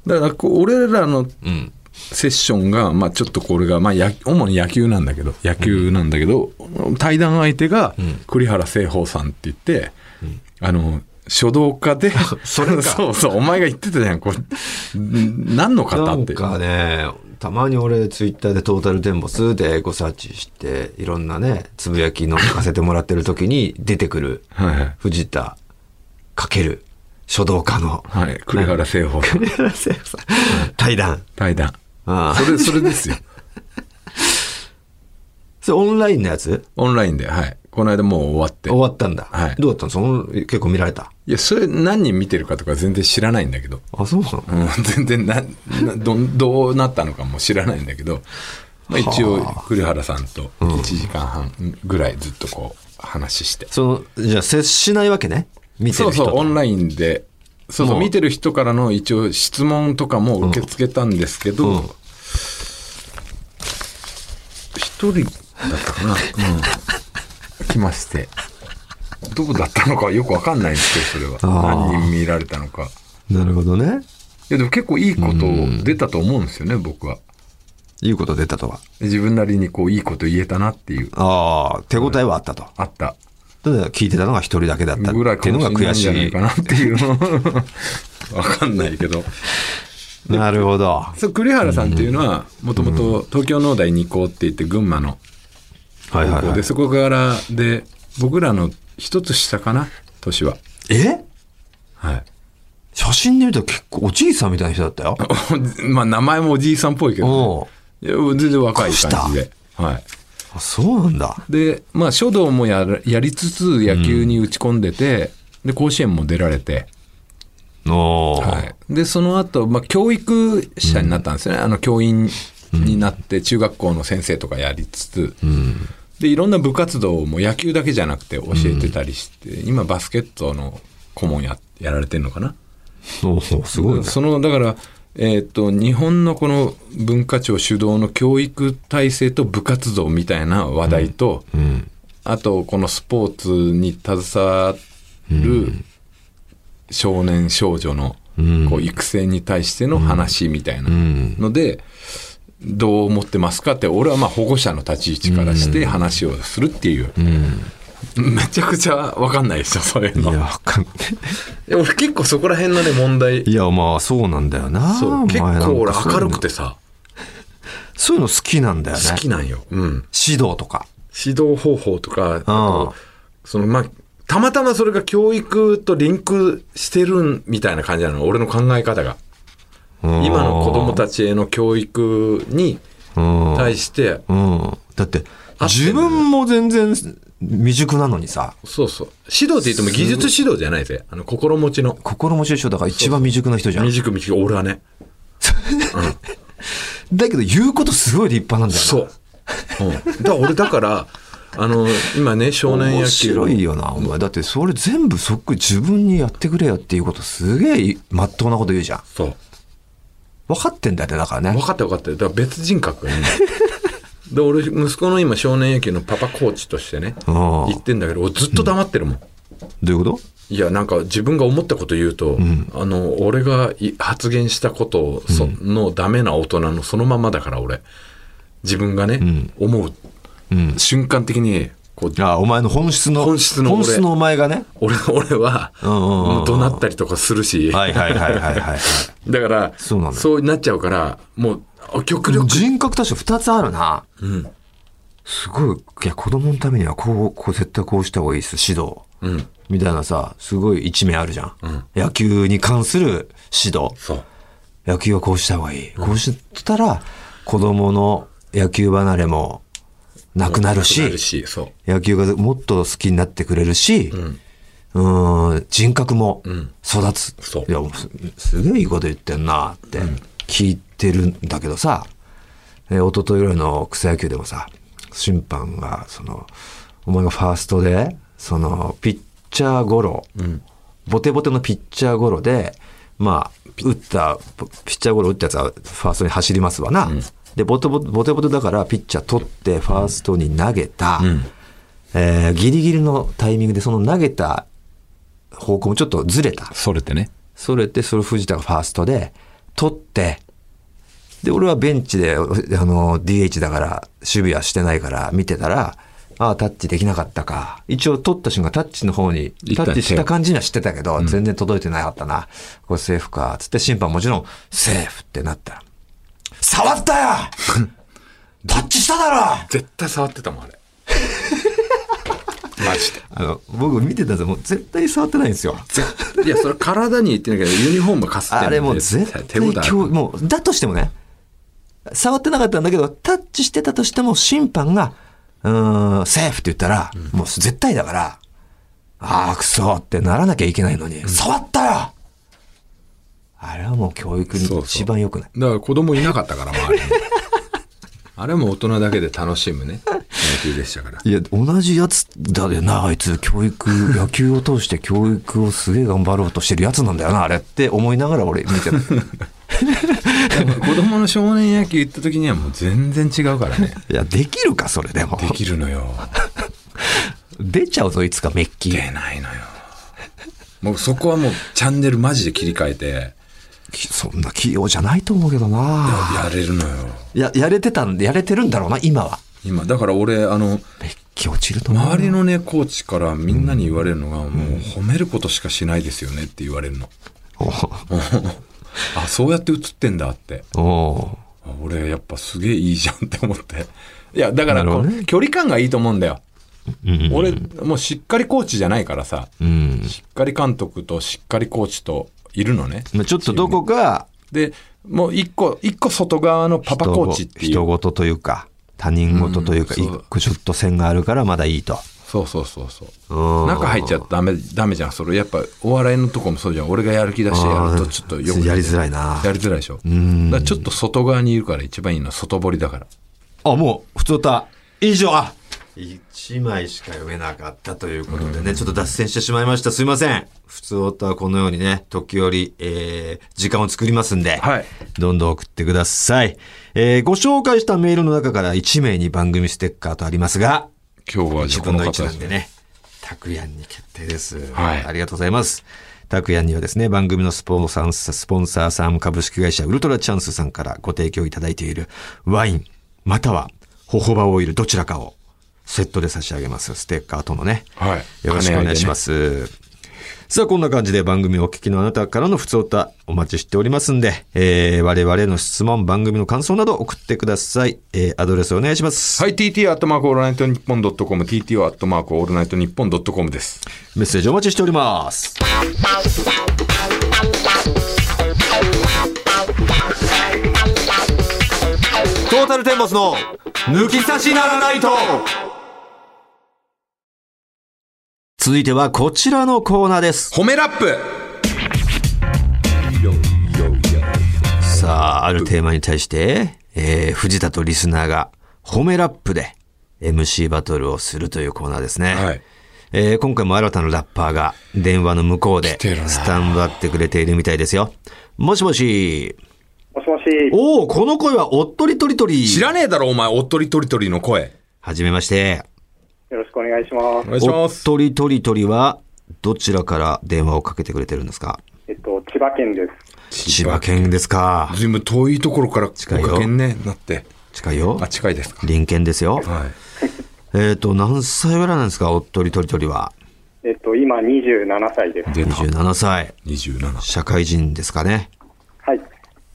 Speaker 3: だからこう俺らの
Speaker 2: うん、
Speaker 3: セッションが、まあ、ちょっとこれが、まあ、や主に野球なんだけど野球なんだけど、対談相手が栗原聖峰さんって言って、あの書道家で
Speaker 2: それか
Speaker 3: うそうお前が言ってたじゃんこれん何の
Speaker 2: な
Speaker 3: 方っ
Speaker 2: ん
Speaker 3: て
Speaker 2: かねたまに俺ツイッターでトータルテンボスでエゴサーチしていろんなねつぶやきの書かせてもらってる時に 出てくる
Speaker 3: はいはい
Speaker 2: 藤田×書道家の
Speaker 3: はい、栗原聖峰さん
Speaker 2: 栗原聖子さん対談
Speaker 3: 対談
Speaker 2: ああ
Speaker 3: それそれですよ
Speaker 2: それオンラインのやつ
Speaker 3: オンラインで、はい。この間もう終わって
Speaker 2: 終。わったんだ。
Speaker 3: はい
Speaker 2: どうだったのその結構見られた。
Speaker 3: いや、それ何人見てるかとか全然知らないんだけど。
Speaker 2: あ、そうなの
Speaker 3: うん、全然ななどん、どうなったのかも知らないんだけど、まあ、一応、栗原さんと1時間半ぐらいずっとこう、話して。
Speaker 2: その、じゃあ接しないわけね見て
Speaker 3: そ
Speaker 2: る
Speaker 3: う
Speaker 2: 人
Speaker 3: そう、オ
Speaker 2: と。
Speaker 3: ンラインで、そうそう、見てる人からの一応質問とかも受け付けたんですけ
Speaker 2: うんう
Speaker 3: ど
Speaker 2: ん、
Speaker 3: 一、人だったかな、うん、来まして。どうだったのかよくわかんないんですけど、それ
Speaker 2: あ
Speaker 3: は。
Speaker 2: ー
Speaker 3: 何人見られたのか。
Speaker 2: なるほどね。
Speaker 3: いや、でも結構いいこと出たと思うんですよね、僕は。
Speaker 2: いいこと出たとは。
Speaker 3: 自分なりにこう、いいこと言えたなっていう、
Speaker 2: ああ、手応えはあったと。
Speaker 3: あった
Speaker 2: ただ聞いてたのが一人だけだったってい
Speaker 3: ぐらいか
Speaker 2: うの
Speaker 3: も
Speaker 2: が
Speaker 3: しれない
Speaker 2: 悔
Speaker 3: んじ
Speaker 2: し
Speaker 3: ゃない
Speaker 2: い。
Speaker 3: かなっていうの。 わかんないけど。
Speaker 2: なるほど。
Speaker 3: そう栗原さんっていうのはもともと東京農大二高って言って群馬の
Speaker 2: はいはい、
Speaker 3: 高
Speaker 2: は
Speaker 3: 校
Speaker 2: い
Speaker 3: で。そこからで僕らの一つ下かな年は
Speaker 2: え
Speaker 3: はい
Speaker 2: 写真で見たら結構おじいさんみたいな人だったよ。
Speaker 3: おまあ名前もおじいさんっぽいけど
Speaker 2: おう
Speaker 3: いや全然若い感じではい
Speaker 2: あ、そうなんだ。
Speaker 3: でまあ書道もやらやりつつ野球に打ち込んでて、で甲子園も出られて、
Speaker 2: おー
Speaker 3: はい、でその後、まあ教育者になったんですよね、あの教員になって中学校の先生とかやりつつ、でいろんな部活動も野球だけじゃなくて教えてたりして、今バスケットの顧問ややられてるのかな
Speaker 2: おーすごいね。
Speaker 3: そのだから、えーっと日本のこの文化庁主導の教育体制と部活動みたいな話題と、
Speaker 2: うん。
Speaker 3: あとこのスポーツに携わる少年少女の
Speaker 2: うん
Speaker 3: こう育成に対しての話みたいな
Speaker 2: うん。
Speaker 3: のでどう思ってますかって俺はまあ保護者の立ち位置からして話をするっていう
Speaker 2: うん。
Speaker 3: めちゃくちゃ分かんないですよそういう
Speaker 2: いや、
Speaker 3: の。
Speaker 2: わかんない
Speaker 3: いや俺結構そこら辺のね問題
Speaker 2: いや、まあ、そうなんだよな。
Speaker 3: そ
Speaker 2: お
Speaker 3: う結
Speaker 2: 前なんか
Speaker 3: 構俺
Speaker 2: そういう
Speaker 3: 明
Speaker 2: の
Speaker 3: るくてさ
Speaker 2: そういうの好きなんだよね。
Speaker 3: 好きなんよ。うん
Speaker 2: 指導とか。
Speaker 3: 指導方法とか、あとそのまあ、たまたまそれが教育とリンクしてるんみたいな感じなの、俺の考え方が。
Speaker 2: うん
Speaker 3: 今の子供たちへの教育に
Speaker 2: うん
Speaker 3: 対して、
Speaker 2: うん。だって、
Speaker 3: 合ってんだ
Speaker 2: 自
Speaker 3: よ
Speaker 2: 分も全然未熟なのにさ、
Speaker 3: そうそう。指導って言っても技術指導じゃないぜ。あの、心持ちの。
Speaker 2: 心持ちでしょだから一番未熟な人じゃん
Speaker 3: 未。熟未熟、俺はね。
Speaker 2: だけど言うことすごい立派なんだよな。
Speaker 3: そう。うん、だから俺だから、あの、今ね、少年野
Speaker 2: 面
Speaker 3: 球。
Speaker 2: 白いよな、お前。だってそれ全部そっくり自分にやってくれよっていうことすげえまっとうなこと言うじゃん。
Speaker 3: そう。
Speaker 2: 分かってんだよね、だからね
Speaker 3: 分。かった分かっただから別人 格がいいんだよで俺息子の今少年野球のパパコーチとしてね
Speaker 2: うん
Speaker 3: 行ってんだけど俺ずっと黙ってるもん、
Speaker 2: どういうこ
Speaker 3: いやなんか自分が思ったこと言うと、あの俺がい発言したことをそのダメな大人のそのままだから俺自分がね、思う、
Speaker 2: ん
Speaker 3: 瞬間的にこう
Speaker 2: とああ、お前の本質の。
Speaker 3: 本質の俺
Speaker 2: 本質のお前がね。
Speaker 3: 俺俺は
Speaker 2: うんうんうんうん
Speaker 3: 怒鳴ったりとかするし、
Speaker 2: はいはいはいはいはい。
Speaker 3: だから
Speaker 2: そうなんだよ
Speaker 3: なっちゃうからもう極力
Speaker 2: 人格として2つあるな。
Speaker 3: うん
Speaker 2: すごい、いや、子供のためにはこう、こう、絶対こうした方がいいです、指導。
Speaker 3: うん
Speaker 2: みたいなさ、すごい一面あるじゃん。野球に関する指導。
Speaker 3: そう
Speaker 2: 野球はこうした方がいい。こうしたら、子供の野球離れもなくなるし、
Speaker 3: なるしそう
Speaker 2: 野球がもっと好きになってくれるし、うん、ん人格も育つ。
Speaker 3: そう
Speaker 2: いや、もうすすげえいいこと言ってんなって聞いてるんだけどさ、えー、一昨日ぐらいの草野球でもさ、審判が、その、お前がファーストで、その、ピッチャーゴロ、ボテボテのピッチャーゴロで、まあ、打った、ピッチャーゴロ打ったやつはファーストに走りますわな。で、ボテボテ、ボテボテだから、ピッチャー取って、ファーストに投げた、えーギリギリのタイミングで、その投げた方向もちょっとずれた。
Speaker 3: それってね
Speaker 2: それって、それ藤田がファーストで、取って、で、俺はベンチで、あの、DH だから、守備はしてないから、見てたら、ああ、タッチできなかったか。一応、取った瞬間、タッチの方に
Speaker 3: 行、っ
Speaker 2: タ
Speaker 3: た
Speaker 2: ッ
Speaker 3: ん
Speaker 2: チし
Speaker 3: 手
Speaker 2: た
Speaker 3: を
Speaker 2: 感じには知ってたけど、全然届いてなかったな。これセーフか。つって審判もちろん、セーフってなったら。触った よタッチしただろ
Speaker 3: 絶対触ってたもんあ れマジ
Speaker 2: あの、僕見てたんですよ。もう絶対触ってないんですよ。
Speaker 3: でいやそれ体に言ってないけどユニフォームかすってん
Speaker 2: あ
Speaker 3: の
Speaker 2: れもう絶対
Speaker 3: 手応えある
Speaker 2: 今日、もう、だとしてもね、触ってなかったんだけど、タッチしてたとしても審判が、うーん、セーフって言ったら、もう絶対だから、ああ、くそってならなきゃいけないのに、触ったよあれはもう教育に
Speaker 3: そうそう
Speaker 2: 一番良くない。
Speaker 3: だから子供いなかったから、周りに。あれも大人だけで楽しむね、野球でしたから。
Speaker 2: いや、同じやつだよな、あいつ、教育、野球を通して教育をすげえ頑張ろうとしてるやつなんだよな、あれって思いながら俺見 てた。
Speaker 3: 子供の少年野球行った時にはもう全然違うからね。
Speaker 2: いや、できるか、それでも。
Speaker 3: できるのよ。
Speaker 2: 出ちゃうぞ、いつかメッキ。
Speaker 3: 出ないのよ。もうそこはもうチャンネルマジで切り替えて、
Speaker 2: そんな器用じゃないと思うけどな。
Speaker 3: やれるのよ。
Speaker 2: や、やれてたんで、やれてるんだろうな、今は。
Speaker 3: 今、だから俺、あの、
Speaker 2: メッキ落ちると思う。
Speaker 3: 周りのね、コーチからみんなに言われるのが、もう褒めることしかしないですよねって言われるの。
Speaker 2: お
Speaker 3: あ、そうやって映ってんだって。
Speaker 2: お
Speaker 3: あ俺、やっぱすげえいいじゃんって思って。いや、だか
Speaker 2: な
Speaker 3: ら
Speaker 2: るほ
Speaker 3: こ
Speaker 2: ど
Speaker 3: う、
Speaker 2: ね
Speaker 3: 距離感がいいと思うんだよ。
Speaker 2: うん。
Speaker 3: 俺、もうしっかりコーチじゃないからさ、
Speaker 2: うん。
Speaker 3: しっかり監督としっかりコーチといるのね。
Speaker 2: まあちょっとどこか、
Speaker 3: で、もう一個、一個外側のパパコーチってい
Speaker 2: 人
Speaker 3: う。
Speaker 2: 事というか、他人事というか、
Speaker 3: うん
Speaker 2: 一個ちょっと線があるからまだいいと。
Speaker 3: そうそうそうそう。
Speaker 2: うん
Speaker 3: 中入っちゃダメ、ダメじゃん。それやっぱお笑いのとこもそうじゃん。俺がやる気出してやるとちょっとよくない
Speaker 2: やりづらいな。
Speaker 3: やりづらいでしょ。
Speaker 2: ん
Speaker 3: だからちょっと外側にいるから一番いいのは外堀だから。
Speaker 2: あ、もう、普通た以上、あ一枚しか読めなかったということでね、ちょっと脱線してしまいました。すいません。普通オタはこのようにね、時折、えー、時間を作りますんで、
Speaker 3: はい
Speaker 2: どんどん送ってください。えー、ご紹介したメールの中から1名に番組ステッカーとありますが、
Speaker 3: 今日は
Speaker 2: 1
Speaker 3: 自
Speaker 2: 分
Speaker 3: 分
Speaker 2: の
Speaker 3: の
Speaker 2: 1
Speaker 3: 方
Speaker 2: な
Speaker 3: で
Speaker 2: ん
Speaker 3: す
Speaker 2: で
Speaker 3: ね。
Speaker 2: ね、たくやんに決定です。
Speaker 3: はい
Speaker 2: ありがとうございます。たくやんにはですね、番組のスポンサースポンサーさん、株式会社ウルトラチャンスさんからご提供いただいているワイン、または、ホホバオイル、どちらかをセットで差し上げます。ステッカーとのね。
Speaker 3: はい
Speaker 2: よろしくお願いします。さあ、こんな感じで番組をお聞きのあなたからの普通歌お待ちしておりますんで、えー、我々の質問、番組の感想など送ってください。えー、アドレスお願いします。
Speaker 3: はい、TT アットマークオールナイトニッポンドットコム、TT アットマークオールナイトニッポンドットコムです。
Speaker 2: メッセージお待ちしております。トータルテンボスの抜き差しならないと続いてはこちらのコーナーです。
Speaker 3: 褒めラップ
Speaker 2: さあ、あるテーマに対して、えー、藤田とリスナーが褒めラップで MC バトルをするというコーナーですね。
Speaker 3: はい
Speaker 2: えー今回も新たなラッパーが電話の向こうで
Speaker 3: てるな
Speaker 2: スタンバってくれているみたいですよ。もしもし。
Speaker 5: もしもし、
Speaker 2: おお、この声はおっとりとりとり。
Speaker 3: 知らねえだろ、お前、おっとりとりとりの声。
Speaker 2: はじめまして。
Speaker 5: よろしくお願いしま
Speaker 3: お
Speaker 5: す。
Speaker 3: 願いし
Speaker 2: お
Speaker 3: ま
Speaker 2: っ
Speaker 3: す。
Speaker 2: とりとりとりは、どちらから電話をかけてくれてるんですか
Speaker 5: えっと、千葉県です。
Speaker 2: 千葉県ですか。
Speaker 3: ずいぶん遠いところから
Speaker 2: 近いよ
Speaker 3: おかけんね、なって。
Speaker 2: 近いよ
Speaker 3: あ、。近いですか。
Speaker 2: 隣県ですよ。
Speaker 3: はい。
Speaker 2: えっ、と、何歳ぐらいなんですかおっとりとりとりは。
Speaker 5: えっと、今27歳です。
Speaker 3: 出た。
Speaker 2: 27歳。
Speaker 3: 27。
Speaker 2: 社会人ですかね。
Speaker 5: はい。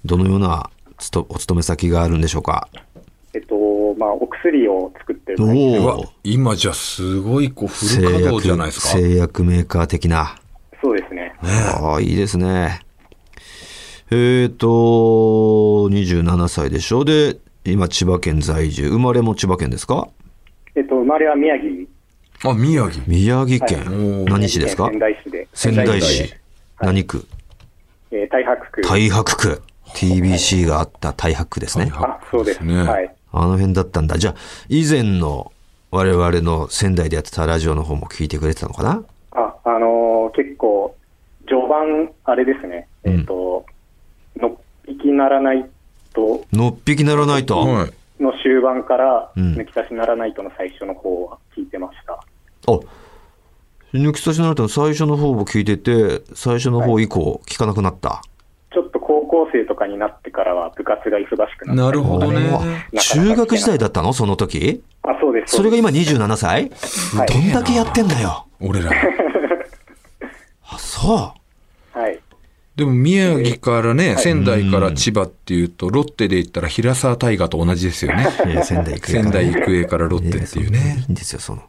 Speaker 2: どのようなつとお勤め先があるんでしょうか
Speaker 5: えっと、まあ、お薬を作ってる。
Speaker 3: う
Speaker 2: お
Speaker 3: わ
Speaker 2: お。、
Speaker 3: 今じゃすごい、こう、フル
Speaker 2: 製
Speaker 3: 稼働じゃない
Speaker 2: 薬、
Speaker 3: ですか。
Speaker 2: 製薬メーカー的な。
Speaker 5: そうですね。
Speaker 2: ああ、いいですね。えっ、ー、と、27歳でしょ。で、今、千葉県在住。生まれも千葉県ですか
Speaker 5: えっと、生まれは宮城。
Speaker 3: あ、宮城。
Speaker 2: 宮城県。
Speaker 3: い
Speaker 2: 何市ですか
Speaker 5: 仙台市で。
Speaker 2: 仙台市。何区
Speaker 5: えー、太白区。
Speaker 2: 太白区。TBC があった太白区ですね。
Speaker 5: あ、そうです。
Speaker 3: ね
Speaker 5: はい。
Speaker 2: あの辺だったんだ。じゃあ、以前の我々の仙台でやってたラジオの方も聞いてくれてたのかな
Speaker 5: あ、あのー結構、序盤、あれですね。えっと、のっぴきならないと、
Speaker 2: のっぴきならないと。
Speaker 3: はい。
Speaker 5: の終盤から、
Speaker 2: うん
Speaker 5: 抜き差しならないとの最初の方は聞いてました。
Speaker 2: あ抜き差しならとの最初の方も聞いてて、最初の方以降聞かなくなった。
Speaker 5: ちょっと高校生とかになってからは部活が忙しくなって。
Speaker 3: なるほどね。
Speaker 2: あ中学時代だったのその時
Speaker 5: あ、そうです。
Speaker 2: それが
Speaker 5: そう
Speaker 2: 今27歳
Speaker 5: はい
Speaker 2: どんだけやってんだよ。
Speaker 3: 俺ら。
Speaker 2: あ、そ
Speaker 5: ですはい。
Speaker 3: でも宮城からね、仙台から千葉っていうと、ロッテで言ったら平沢大河と同じですよね。
Speaker 2: う。いや仙台行く
Speaker 3: 仙台育英からロッテっていう
Speaker 2: い
Speaker 3: ね。
Speaker 2: いんですよ、その。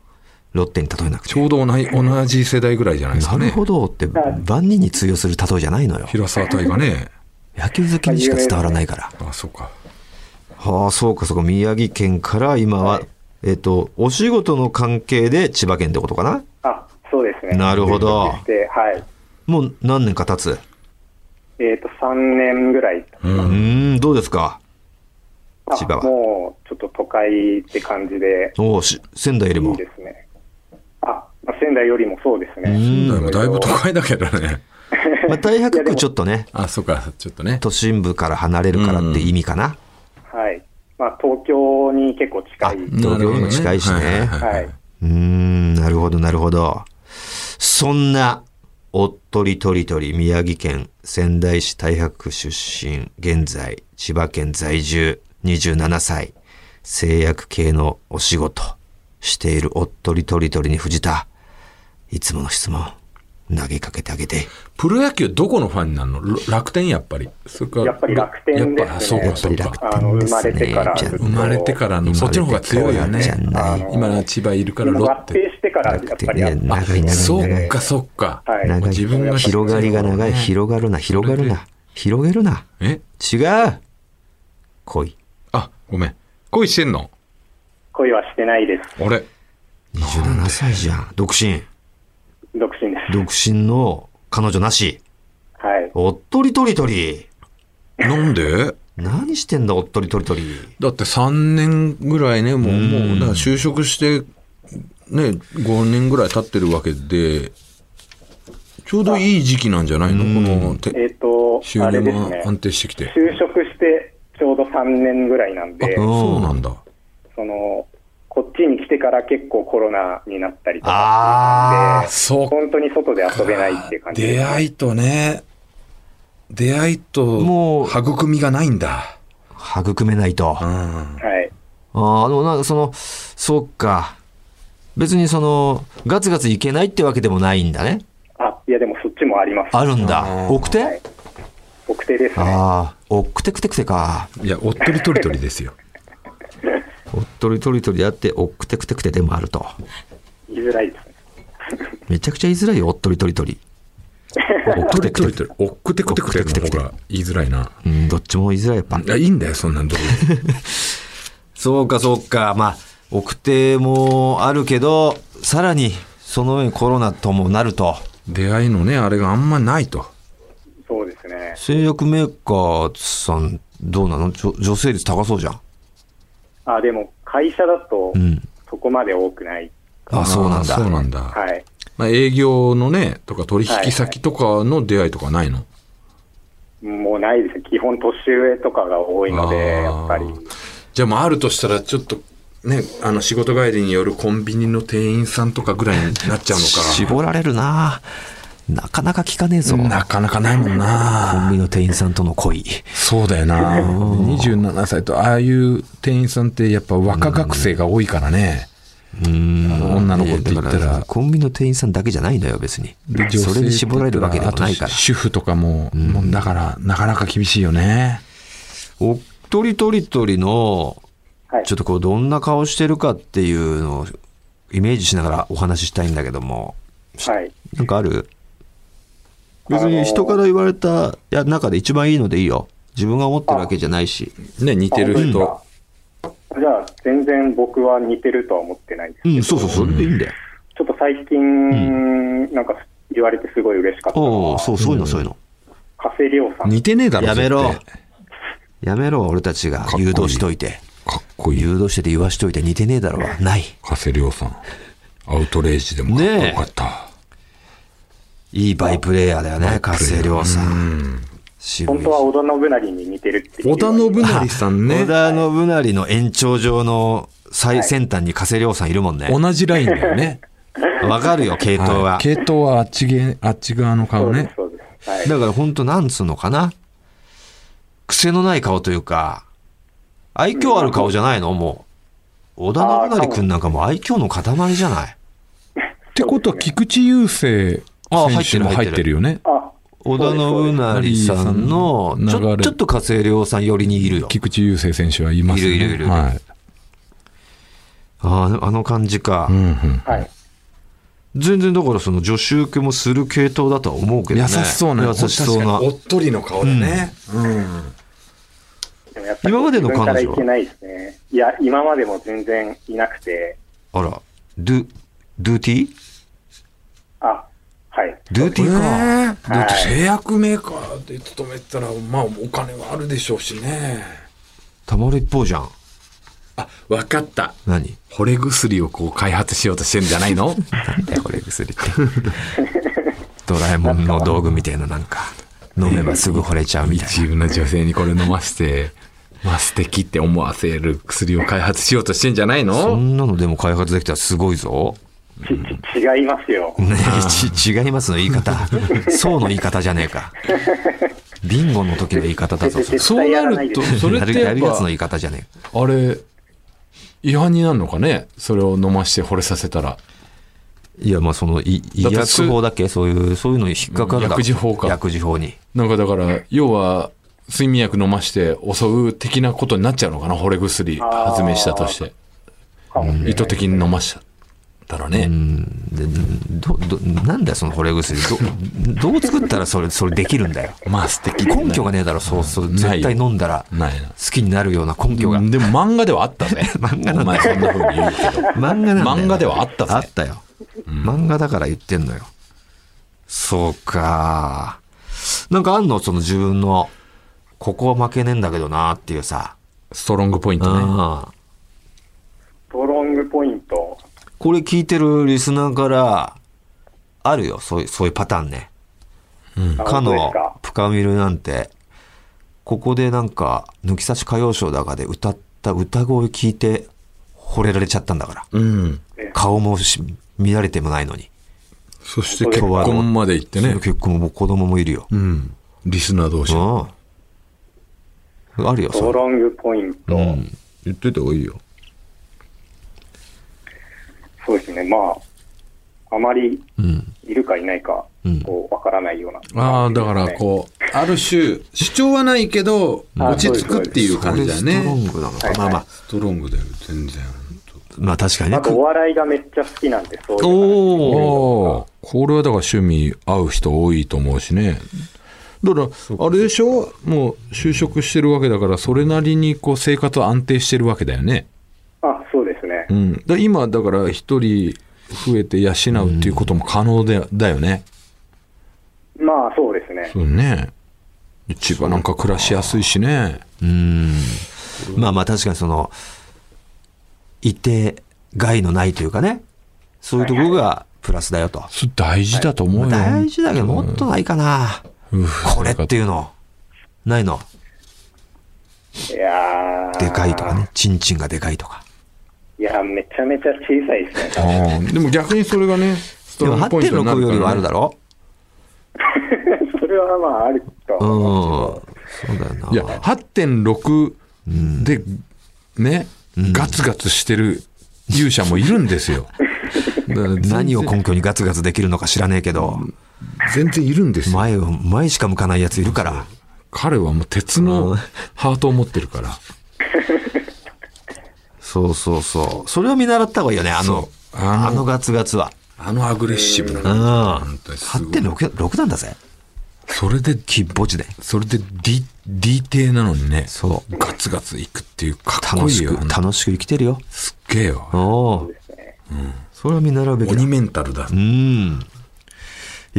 Speaker 2: ロッテに例えなくて。
Speaker 3: ちょうど同じ同じ世代ぐらいじゃないです
Speaker 2: な
Speaker 3: か
Speaker 2: る
Speaker 3: ね。
Speaker 2: ほどって、万人に通用する例えじゃないのよ。
Speaker 3: 平沢大河ね。
Speaker 2: 野球好きにしか伝わらないから。
Speaker 3: あ、そうか。
Speaker 2: はあ、そうか、そうか。宮城県から今はえっと、お仕事の関係で千葉県ってことかな
Speaker 5: あ、そうですね。
Speaker 2: なるほど
Speaker 5: 転職してはい。
Speaker 2: もう何年か経つ。
Speaker 5: えっ、と、3年ぐらい。
Speaker 2: うーん、どうですか
Speaker 5: あ
Speaker 2: 千葉は
Speaker 5: もう、ちょっと都会って感じで、
Speaker 2: おお、し仙台より
Speaker 5: い
Speaker 2: も
Speaker 5: い。ですね。あ、まあ仙台よりもそうですね。
Speaker 2: うん
Speaker 3: だいぶだいぶ都会だけどね。
Speaker 2: まあ、大白区ちょっとね、
Speaker 3: あ、そうか、ちょっとね。
Speaker 2: 都心部から離れるからって意味かな。
Speaker 5: はい。まあ、東京に結構近い。
Speaker 2: 東京にも近いしね
Speaker 3: なるほど
Speaker 5: は
Speaker 3: はいい。。
Speaker 2: うーん、なるほど、なるほど。そんな、おっとりとりとり、宮城県仙台市太白区出身、現在、千葉県在住、27歳、製薬系のお仕事、しているおっとりとりとりに藤田、いつもの質問、投げかけてあげて。
Speaker 3: プロ野球どこのファンになるのろ楽天やっぱり。それから
Speaker 5: やっぱり楽天ですね
Speaker 3: やっぱあそう
Speaker 5: や
Speaker 3: か、
Speaker 5: っ
Speaker 3: そうか。
Speaker 5: あの生まれてから
Speaker 2: じゃあ
Speaker 5: ずっと
Speaker 3: 生まれてからの、そっちの方が強いよね
Speaker 2: じゃない。
Speaker 5: の
Speaker 3: 今の千葉いるから
Speaker 5: 今
Speaker 3: ロ
Speaker 5: 合
Speaker 3: ッ
Speaker 5: 併
Speaker 3: テ。
Speaker 5: してからやっぱりあ
Speaker 2: 楽天ね長い
Speaker 5: あ
Speaker 2: な
Speaker 3: そ
Speaker 5: ね
Speaker 3: っか、そっか。
Speaker 5: はい
Speaker 2: 長い
Speaker 3: 自分が
Speaker 2: 広がりが長い、広がるな、広がるな、広げるな。
Speaker 3: え
Speaker 2: 違う恋。
Speaker 3: あ、ごめん。恋してんの
Speaker 5: 恋はしてないです。
Speaker 3: 俺。
Speaker 2: 27歳じゃん。独身。
Speaker 5: 独身です。
Speaker 2: 独身の彼女なし。
Speaker 5: はい。
Speaker 2: おっとりとりとり。
Speaker 3: なんで
Speaker 2: 何してんだ、おっとりとりとり。
Speaker 3: だって3年ぐらいね、もう、もう、だから就職して、ね、5年ぐらい経ってるわけで、ちょうどいい時期なんじゃないのこのて、
Speaker 5: えっ、と
Speaker 3: 収、
Speaker 5: あ
Speaker 3: 入
Speaker 5: れです
Speaker 3: も
Speaker 5: ね。
Speaker 3: 安定してきて。
Speaker 5: 就職してちょうど3年ぐらいなん
Speaker 2: あ
Speaker 5: で、
Speaker 3: そうなんだ。
Speaker 5: その、こっちに来てから結構コロナになったりと
Speaker 2: あ
Speaker 5: か
Speaker 2: ー
Speaker 5: してい
Speaker 3: そ
Speaker 5: たんで、
Speaker 3: っか
Speaker 5: 本当に外で遊べないっていう感じです
Speaker 3: 出会いとね、出会い
Speaker 2: も
Speaker 3: と、
Speaker 2: う
Speaker 3: 育みがないんだ。
Speaker 2: 育めないと。あ
Speaker 3: うん。
Speaker 5: は
Speaker 2: あ、
Speaker 5: い。
Speaker 2: でもなんかその、そうか。別にその、ガツガツいけないってわけでもないんだね。
Speaker 5: あ、いやでもそっちもあります。
Speaker 2: あるんだ。奥手、
Speaker 5: はい奥手ですね。
Speaker 2: ああ、おっくてくてくてか。
Speaker 3: いや、おっとりとりとりですよ。
Speaker 2: おっとりとりとりであって、おっくてくてくてでもあると。
Speaker 5: 言いづらいですね。
Speaker 2: めちゃくちゃ言いづらいよ、おっとりとりとり。
Speaker 3: おっとりとりとり。おっくてくてくてくての方が言いづらいな。
Speaker 2: うん、どっちも言いづらい、やっぱ
Speaker 3: い。や、いいんだよ、そんなんどうでも
Speaker 2: そうか、そうか。まあ、奥手もあるけど、さらに、その上にコロナともなると。
Speaker 3: 出会いのね、あれがあんまないと。
Speaker 5: そうですね。
Speaker 2: 製薬メーカーさん、どうなの女女性率高そうじゃん。
Speaker 5: あ、でも会社だと
Speaker 2: ん
Speaker 5: そこまで多くない。
Speaker 2: あ、そうなんだ。
Speaker 3: そうなんだ。
Speaker 5: はい。
Speaker 3: まあ、営業のね、とか取引先とかの出会いとかないの、
Speaker 5: もうないです。基本年上とかが多いので、
Speaker 3: あー
Speaker 5: やっぱり。
Speaker 3: じゃあ、まあ、あるとしたら、ちょっと、ね、あの、仕事帰りによるコンビニの店員さんとかぐらいになっちゃうのか。
Speaker 2: 絞られるななかなか聞かねえぞ。
Speaker 3: なかなかないもん
Speaker 2: コン
Speaker 3: な
Speaker 2: ビニの店員さんとの恋。
Speaker 3: そうだよな27歳と、ああいう店員さんってやっぱ若学生が多いからね。
Speaker 2: うん
Speaker 3: 女の子って言ったら
Speaker 2: いやだかコンビニの店員さんだけじゃないのよ、別に
Speaker 3: で。女性
Speaker 2: それに絞られるわけでもないから
Speaker 3: あと。主婦とかも、もうだから、なかなか厳しいよね。
Speaker 2: おっとりとりとりの、
Speaker 5: はい
Speaker 2: ちょっとこう、どんな顔してるかっていうのをイメージしながらお話ししたいんだけども、
Speaker 5: はい。
Speaker 2: なんかある別に人から言われたいや中で一番いいのでいいよ。自分が思ってるわけじゃないし。
Speaker 3: ね、似てる人。
Speaker 5: じゃあ、全然僕は似てるとは思ってないです。
Speaker 2: うん、そうそう、それでいいんだよ。
Speaker 5: ちょっと最近、なんか言われてすごい嬉しかったの
Speaker 2: おお、
Speaker 5: は、
Speaker 2: そう、そういうの、そういうの。
Speaker 5: 加瀬亮さん。
Speaker 3: 似てねえだろ
Speaker 2: やめろ
Speaker 3: 絶対。
Speaker 2: やめろ、俺たちが
Speaker 3: こいい
Speaker 2: 誘導しといて。
Speaker 3: かっこいい。
Speaker 2: 誘導してて言わしといて似てねえだろうは。ない。
Speaker 3: 加瀬亮さん。アウトレイジでもかっこよかった。
Speaker 2: いいバイプレイヤーだよね、加瀬亮さん。渋
Speaker 5: 本
Speaker 2: い
Speaker 5: 当は織田信成に似てるっていう。
Speaker 3: 織田信成さんね
Speaker 2: 織。田信成の延長上の最先端に加瀬亮さんいるもんね。
Speaker 3: 同じラインだ よね。
Speaker 2: わかるよ、系統
Speaker 3: は
Speaker 2: は。
Speaker 3: い系統はあっちげ、あっち側の
Speaker 5: そ
Speaker 3: 顔
Speaker 5: うです
Speaker 3: ね。
Speaker 5: そうです。はい。
Speaker 2: だから本当なんつうのかな。癖のない顔というか、愛嬌ある顔じゃないのもう。織田信成くんなんかもう愛嬌の塊じゃない。
Speaker 3: ってことは、菊池雄星選手も
Speaker 2: あ入ってる入ってる
Speaker 3: 入ってるよね。
Speaker 5: あ、
Speaker 2: 織田信成さんの
Speaker 3: そう、で
Speaker 2: ち
Speaker 3: すそうです
Speaker 2: ょちょっと加瀬亮さん寄りにいるよ。
Speaker 3: 菊池雄星選手はいますね。
Speaker 2: いるいるいる
Speaker 3: はい。
Speaker 2: あああの感じか
Speaker 3: う。んうん。
Speaker 5: はい。
Speaker 2: 全然だからその女子受けもする系統だとは思うけどね。
Speaker 3: 優しそうな。
Speaker 2: 優しそうな。
Speaker 3: っとりの顔だね。うん。
Speaker 5: でもやっぱり
Speaker 2: 今までの彼女は
Speaker 5: 自分からいけないですね。いや、今までも全然いなくて、
Speaker 2: あら、ドゥ、ドゥティー
Speaker 5: あ、はい。
Speaker 2: ドゥティーか。
Speaker 3: えだって製薬メーカーで勤めてたら、まあお金はあるでしょうしね。
Speaker 2: たまる一方じゃん。
Speaker 3: あ、わかった。
Speaker 2: 何
Speaker 3: 惚れ薬をこう開発しようとしてるんじゃない の
Speaker 2: なんだよ、これ薬って。ドラえもんの道具みたいななんか、飲めばすぐ惚れちゃうみたい
Speaker 3: 自分の女性にこれ飲ませて、 まあ素敵って思わせる薬を開発しようとしてんじゃない
Speaker 2: な。そ
Speaker 3: の
Speaker 2: んなのでも開発できたらすごいぞ。
Speaker 5: ちち違いますよ。
Speaker 2: ねえ、ち違いますの言い方。そうの言い方じゃねえか。ビンゴの時の言い方だぞ。 それ
Speaker 3: そうなると、それってや
Speaker 2: や
Speaker 3: っ
Speaker 2: るやつの
Speaker 3: ぱ
Speaker 2: 言、い方じゃねえ
Speaker 3: あれ、違反になるのかねそれを飲まして惚れさせたら。
Speaker 2: いや、まあ、その、い医
Speaker 3: だって
Speaker 2: 薬法だっけそういう、そういうのに引っかかるだろ
Speaker 3: 薬事法か
Speaker 2: 薬事法に。
Speaker 3: なんかだから、要は、睡眠薬飲まして襲う的なことになっちゃうのかな惚れ薬発明したとして。
Speaker 5: かもしれない
Speaker 3: 意図的に飲ましちゃったらね。
Speaker 2: うんでど、ど、なんだよ、その惚れ薬。ど、どう作ったらそれ、それできるんだよ。
Speaker 3: まあ素敵だね
Speaker 2: 根拠がねえだろ、そう、そう、
Speaker 3: ない
Speaker 2: 絶対飲んだら、好
Speaker 3: ないな。
Speaker 2: きになるような根拠が。
Speaker 3: でも漫画ではあった ぜ。
Speaker 2: 漫画なんだ
Speaker 3: お前そんな風に言うけど。
Speaker 2: 漫画なんだよ
Speaker 3: 漫画ではあったぜ
Speaker 2: あったよ。漫画だから言ってんのよ。そうか。なんかあんのその自分の、ここは負けねえんだけどなっていうさ。
Speaker 3: ストロングポイントね。
Speaker 2: ああ
Speaker 5: ストロングポイント。
Speaker 2: これ聞いてるリスナーから、あるよ、そういう、そういうパターンね。
Speaker 5: あ
Speaker 2: か
Speaker 5: 本当で
Speaker 2: の
Speaker 5: すか
Speaker 2: プカミルなんて、ここでなんか、抜き差し歌謡ショーだかで歌った歌声聞いて、惚れられちゃったんだから。
Speaker 3: うん。
Speaker 2: 顔もし見られてもないのに。
Speaker 3: そして結婚まで行って
Speaker 2: その
Speaker 3: ね。
Speaker 2: 結婚も子供もいるよ。
Speaker 3: うん。リスナー同士。
Speaker 2: うん。あるよ、
Speaker 5: スト
Speaker 2: それ。
Speaker 5: ロングポイント。
Speaker 2: うん。
Speaker 3: 言ってた方がいいよ。
Speaker 5: そうですね。まあ、あまり
Speaker 2: うん。
Speaker 5: いるかいないか、こう、わからないような、
Speaker 3: ああ、だからこう、ある種、主張はないけど、
Speaker 5: ん
Speaker 3: 落ち着くっていう感じだよ
Speaker 2: それストロン
Speaker 3: ね。
Speaker 2: グなのか。
Speaker 5: はい
Speaker 2: まあまあ、
Speaker 3: ストロングだよ、全然。
Speaker 2: まあ確かに
Speaker 5: あ
Speaker 2: ね。
Speaker 5: とお笑いがめっちゃ好きなんで、そういう話
Speaker 3: おおーこれはだから趣味合う人多いと思うしねだからあれでしょもう就職してるわけだからそれなりにこう生活は安定してるわけだよね、
Speaker 5: あ、そうですね
Speaker 3: う。ん、だから今だから一人増えて養うっていうことも可能でだよね、
Speaker 5: まあ、そうですね。
Speaker 3: そうね一番なんか暮らしやすいしね
Speaker 2: うん。まあまあ確かにその、いて害のないというかね。そういうところがプラスだよと。
Speaker 3: それ大事だと思うよ、
Speaker 2: 大事だけど、もっとないかな。
Speaker 3: うん
Speaker 2: これっていうの。ないの。
Speaker 5: いやー
Speaker 2: でかいとかね。ちんちんがでかいとか。
Speaker 5: いや、めちゃめちゃ小さいですね。
Speaker 3: あーでも逆にそれがねス
Speaker 2: で
Speaker 3: トロ
Speaker 2: も
Speaker 3: ングポイントに
Speaker 2: 8.6
Speaker 3: なる
Speaker 2: より
Speaker 3: か
Speaker 2: はあ
Speaker 3: ら、
Speaker 2: る
Speaker 3: ね
Speaker 2: だ、ろ
Speaker 5: それはまあ、あると
Speaker 2: うん。
Speaker 5: は
Speaker 2: そうだよな。
Speaker 3: いや、8.6で、ね、ガツガツしてる勇者もいるんです よ。だから全然
Speaker 2: 何を根拠にガツガツできるのか知らねえけど、
Speaker 3: 全然いるんですよ。
Speaker 2: 前を、前しか向かないやついるから。
Speaker 3: 彼はもう鉄
Speaker 2: う
Speaker 3: の
Speaker 2: ん
Speaker 3: ハートを持ってるから。
Speaker 2: そうそうそう。それを見習った方がいいよね、あの、
Speaker 3: そうあの
Speaker 2: あのガツガツは。
Speaker 3: あのアグレッシブ
Speaker 2: うん。
Speaker 3: 本当にすごい
Speaker 2: 8.6 6なんだぜ。
Speaker 3: それで、
Speaker 2: きっぼちで。
Speaker 3: それで D、D 低なのにね、
Speaker 2: そう。
Speaker 3: ガツガツいくっていうかっこ
Speaker 2: 楽
Speaker 3: いい
Speaker 2: し
Speaker 3: よ
Speaker 2: く、。楽しく生きてるよ。
Speaker 3: すっげえよ。
Speaker 2: おお。それは見習うべきだ
Speaker 3: 鬼。メンタルだ
Speaker 2: う。ん。い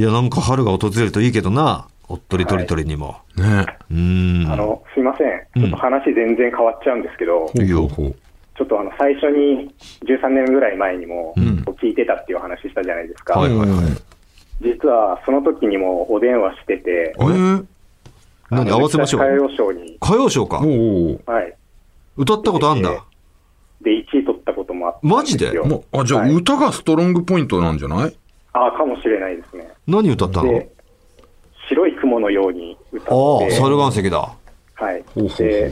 Speaker 2: や、なんか春が訪れるといいけどな。おっとりとりとりにも。
Speaker 3: ね。
Speaker 2: うん。
Speaker 5: あの、すいません。ちょっと話全然変わっちゃうんですけど、
Speaker 2: いいよ。
Speaker 5: ちょっとあの、最初に13年ぐらい前にも、聞いてたっていう話したじゃないですか。
Speaker 2: はいはいはい。
Speaker 5: 実は、その時にもお電話してて、
Speaker 3: えー
Speaker 2: 何合わせましょ
Speaker 5: 歌
Speaker 2: う。
Speaker 5: 謡賞に、
Speaker 2: 歌謡賞か
Speaker 3: お。う
Speaker 5: はい。
Speaker 2: 歌ったことあん
Speaker 5: ええ
Speaker 2: だ。
Speaker 5: で、1位取ったこともあったんです
Speaker 2: マジで
Speaker 5: よ。
Speaker 3: もう、あ、じゃあ
Speaker 5: はい
Speaker 3: 歌がストロングポイントなんじゃない
Speaker 5: ああ、かもしれないですね。
Speaker 2: 何歌ったの
Speaker 5: で、白い雲のように歌って、
Speaker 2: ああ、猿
Speaker 5: は
Speaker 2: 岩石だ。
Speaker 5: い
Speaker 3: ほうほうほう。
Speaker 5: で、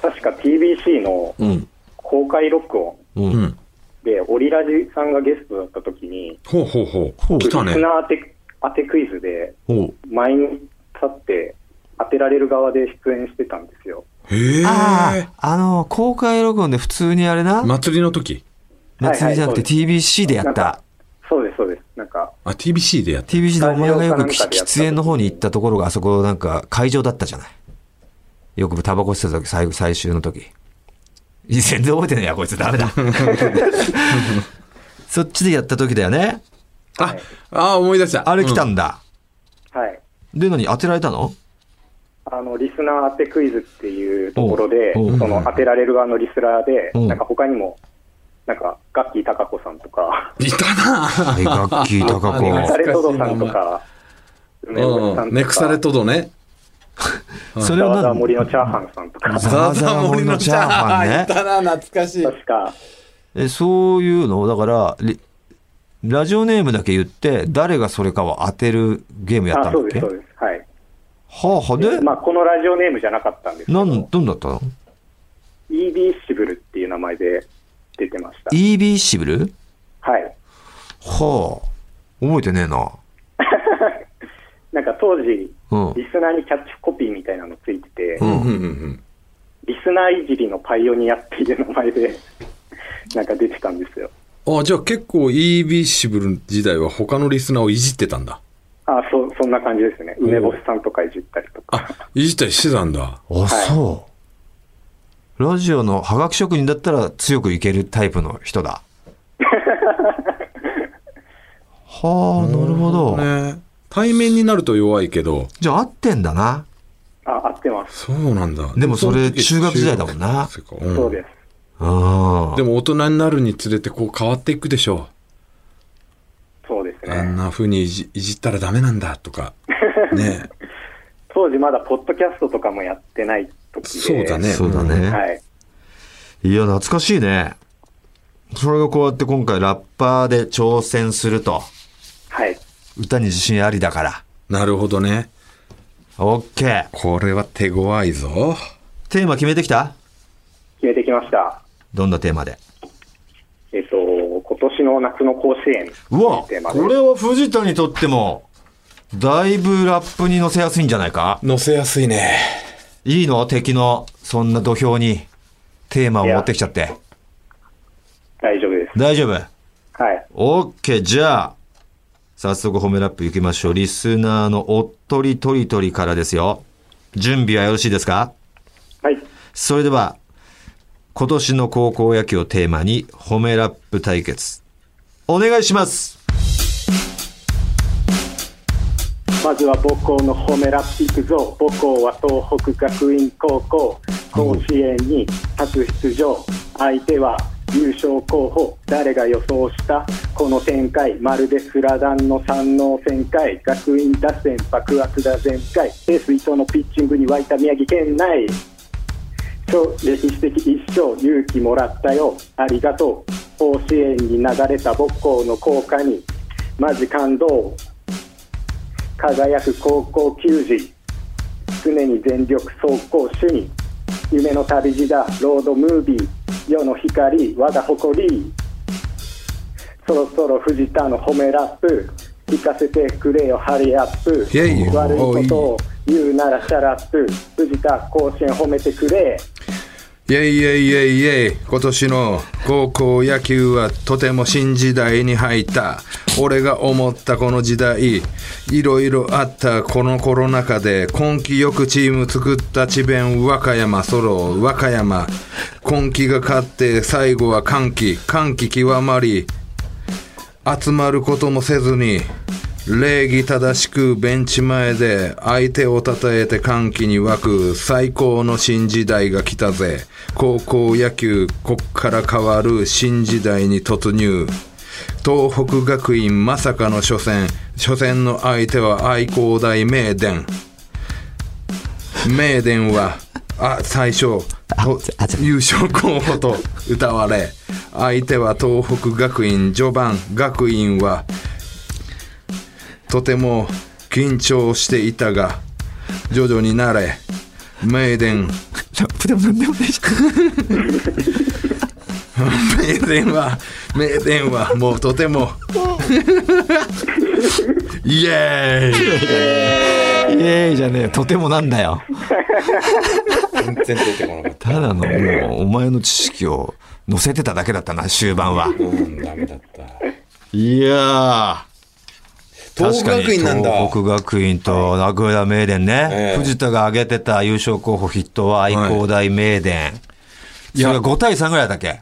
Speaker 5: 確か TBC の
Speaker 2: うん。
Speaker 5: 公開録音
Speaker 2: うん。
Speaker 3: うん。
Speaker 5: で、オリラジさんがゲストだった時に、
Speaker 3: ほうほうほう。来
Speaker 5: リス
Speaker 3: た
Speaker 5: ナ
Speaker 3: ね。
Speaker 5: ー当て当てクイズで、
Speaker 2: おう
Speaker 5: 前に立って当てられる側で出演してたんですよ。
Speaker 3: へえ
Speaker 2: あ。あ、あの、公開録音で普通にあれな、
Speaker 3: 祭りの時
Speaker 2: 祭りじゃなくて
Speaker 5: はい
Speaker 2: TBC でや
Speaker 5: な
Speaker 2: っ
Speaker 5: んか
Speaker 2: た。
Speaker 5: そうです、そうです。なんか、
Speaker 3: あ、TBC でやって。
Speaker 2: TBC でお前がよく
Speaker 5: スタジオかなんかでやった
Speaker 2: 喫煙の方に行ったところがあそこなんか会場だったじゃない。よくタバコ吸ってた時、最後最終の時。いや全然覚えてないや、こいつダメ だ。そっちでやった時だよね。
Speaker 3: あ、あー思い出した。
Speaker 2: あれ来たんだ。
Speaker 5: はい。
Speaker 2: で、何当てられたの
Speaker 5: あの、リスナー当てクイズっていうところで、
Speaker 2: おうおう
Speaker 5: その当てられる側のリスナーで、
Speaker 2: うん
Speaker 5: なんか他にも、なんか、ガッキー貴子さんとか、
Speaker 3: いたな
Speaker 2: あれ、ガ ッキー、タカ
Speaker 3: あ
Speaker 5: 腐
Speaker 3: 懐かしい
Speaker 5: れトドさんとか、梅越さん
Speaker 3: うん。
Speaker 5: と
Speaker 3: ね、腐
Speaker 5: か
Speaker 3: れ、とどね。
Speaker 2: コ。それ
Speaker 5: ざ
Speaker 2: は
Speaker 5: わざわ
Speaker 2: 何
Speaker 5: 森のチャーハンさんとか、
Speaker 2: ざ
Speaker 5: 確
Speaker 2: わざわ森のチャーハンね
Speaker 3: いたな懐かしい。
Speaker 5: か、
Speaker 2: え、そういうのをだから、リラジオネームだけ言って、誰がそれかを当てるゲームやった
Speaker 5: あ、
Speaker 2: んだ
Speaker 5: そ
Speaker 2: っ
Speaker 5: うで
Speaker 2: け
Speaker 5: す、そ
Speaker 2: は
Speaker 5: うです。はい。
Speaker 2: あはあ、で、
Speaker 5: まあ、このラジオネームじゃなかったんですけ
Speaker 2: な
Speaker 5: ど、
Speaker 2: ん、どんだったの
Speaker 5: EB シブルっていう名前で出てました。
Speaker 2: ?EB シブル
Speaker 5: はい。
Speaker 2: はあ、覚えてねえな。
Speaker 5: なんか当時、リ
Speaker 2: うん。
Speaker 5: スナーにキャッチコピーみたいなのついてて、
Speaker 2: うん
Speaker 3: うんうん
Speaker 5: リスナーいじりのパイオニアっていう名前で、なんか出てたんですよ。
Speaker 3: うん。あ、じゃあ結構 EB シブル時代は他のリスナーをいじってたんだ。
Speaker 5: あそそんな感じですね。梅干しさんとかいじったりとか。
Speaker 3: あ、いじったりしてたんだ。
Speaker 2: あ、そう。ラジオのハガキ職人だったら強くいけるタイプの人 だ。はあ、なるほど。
Speaker 3: ね。対面になると弱いけど、
Speaker 2: じゃあ合ってんだな。
Speaker 5: あ、合ってます。
Speaker 3: そうなんだ。
Speaker 2: でもそれ
Speaker 3: の時
Speaker 2: 中学時代だもんな
Speaker 3: 中学生かうん
Speaker 5: そうです。
Speaker 2: うん。
Speaker 3: でも大人になるにつれてこう変わっていくでしょ
Speaker 5: そうです
Speaker 3: う。あん
Speaker 5: ね。
Speaker 3: な風にいじいじったらダメなんだとか。ね。
Speaker 5: 当時まだポッドキャストとかもやってない時で。
Speaker 3: そうだね。
Speaker 2: そうだね。
Speaker 5: はい。
Speaker 2: いや、懐かしいね。それがこうやって今回ラッパーで挑戦すると。
Speaker 5: はい。
Speaker 2: 歌に自信ありだから。
Speaker 3: うん。なるほどね。
Speaker 2: オッケー。
Speaker 3: これは手強いぞ。
Speaker 2: テーマ決めてきた
Speaker 5: 決めてきました。
Speaker 2: どんなテーマで
Speaker 5: えっ、と、今年の夏の甲子園
Speaker 2: うわ
Speaker 5: テーマで
Speaker 2: これは藤田にとっても、だいぶラップに乗せやすいんじゃないか
Speaker 3: 乗せやすいね。
Speaker 2: いいの敵の、そんな土俵に、テーマを持ってきちゃって。
Speaker 5: 大丈夫です。
Speaker 2: 大丈夫
Speaker 5: はい。
Speaker 2: オッケーじゃあ、早速褒めラップ行きましょう。リスナーのおっとりとりとりからですよ。準備はよろしいですか
Speaker 5: はい。
Speaker 2: それでは、今年の高校野球をテーマに、褒めラップ対決。お願いします
Speaker 5: まずは母校の褒めラップいくぞ母校は東北学院高校甲子園に初出場相手は優勝候補誰が予想したこの展開まるでスラダンの三能戦会学院打線爆発打全開ペース伊藤のピッチングに沸いた宮城県内超歴史的一勝勇気もらったよありがとう甲子園に流れた母校の校歌にマジ感動輝く高校球児常に全力走行主義夢の旅路だロードムービー世の光我が誇りそろそろ藤田の褒めラップ聞かせてくれよハリアップ
Speaker 3: いやいや
Speaker 5: 悪いことを言うならシャラップ藤田甲子園褒めてくれ
Speaker 3: イェイイェイイェイイェイ今年の高校野球はとても新時代に入った俺が思ったこの時代いろいろあったこのコロナ禍で根気よくチーム作った智弁和歌山ソロ和歌山根気が勝って最後は歓喜歓喜極まり集まることもせずに礼儀正しくベンチ前で相手を称えて歓喜に沸く最高の新時代が来たぜ高校野球こっから変わる新時代に突入東北学院まさかの初戦初戦の相手は愛工大名電名電はあ最初と優勝候補と歌われ相手は東北学院序盤学院はとても緊張していたが徐々に慣れ名電
Speaker 2: ラップでも何でもないじ
Speaker 3: 名電は名電はもうと てもイエ
Speaker 2: ゃ
Speaker 3: ーイ
Speaker 2: ん。イエーイじゃねえ。とてもなんだよ。
Speaker 3: 全然出てこなかった
Speaker 2: だのもう、お前の知識を乗せてただけだったな、終盤は。
Speaker 3: たダメだった
Speaker 2: いやー。
Speaker 4: 東北学院なんだ
Speaker 2: 東北学院と名古屋名電
Speaker 4: え
Speaker 2: ね、
Speaker 4: え
Speaker 2: 藤田が挙げてた優勝候補筆頭は愛工大名電、
Speaker 3: い
Speaker 2: そ
Speaker 3: や
Speaker 2: れが5対3ぐらいだっけ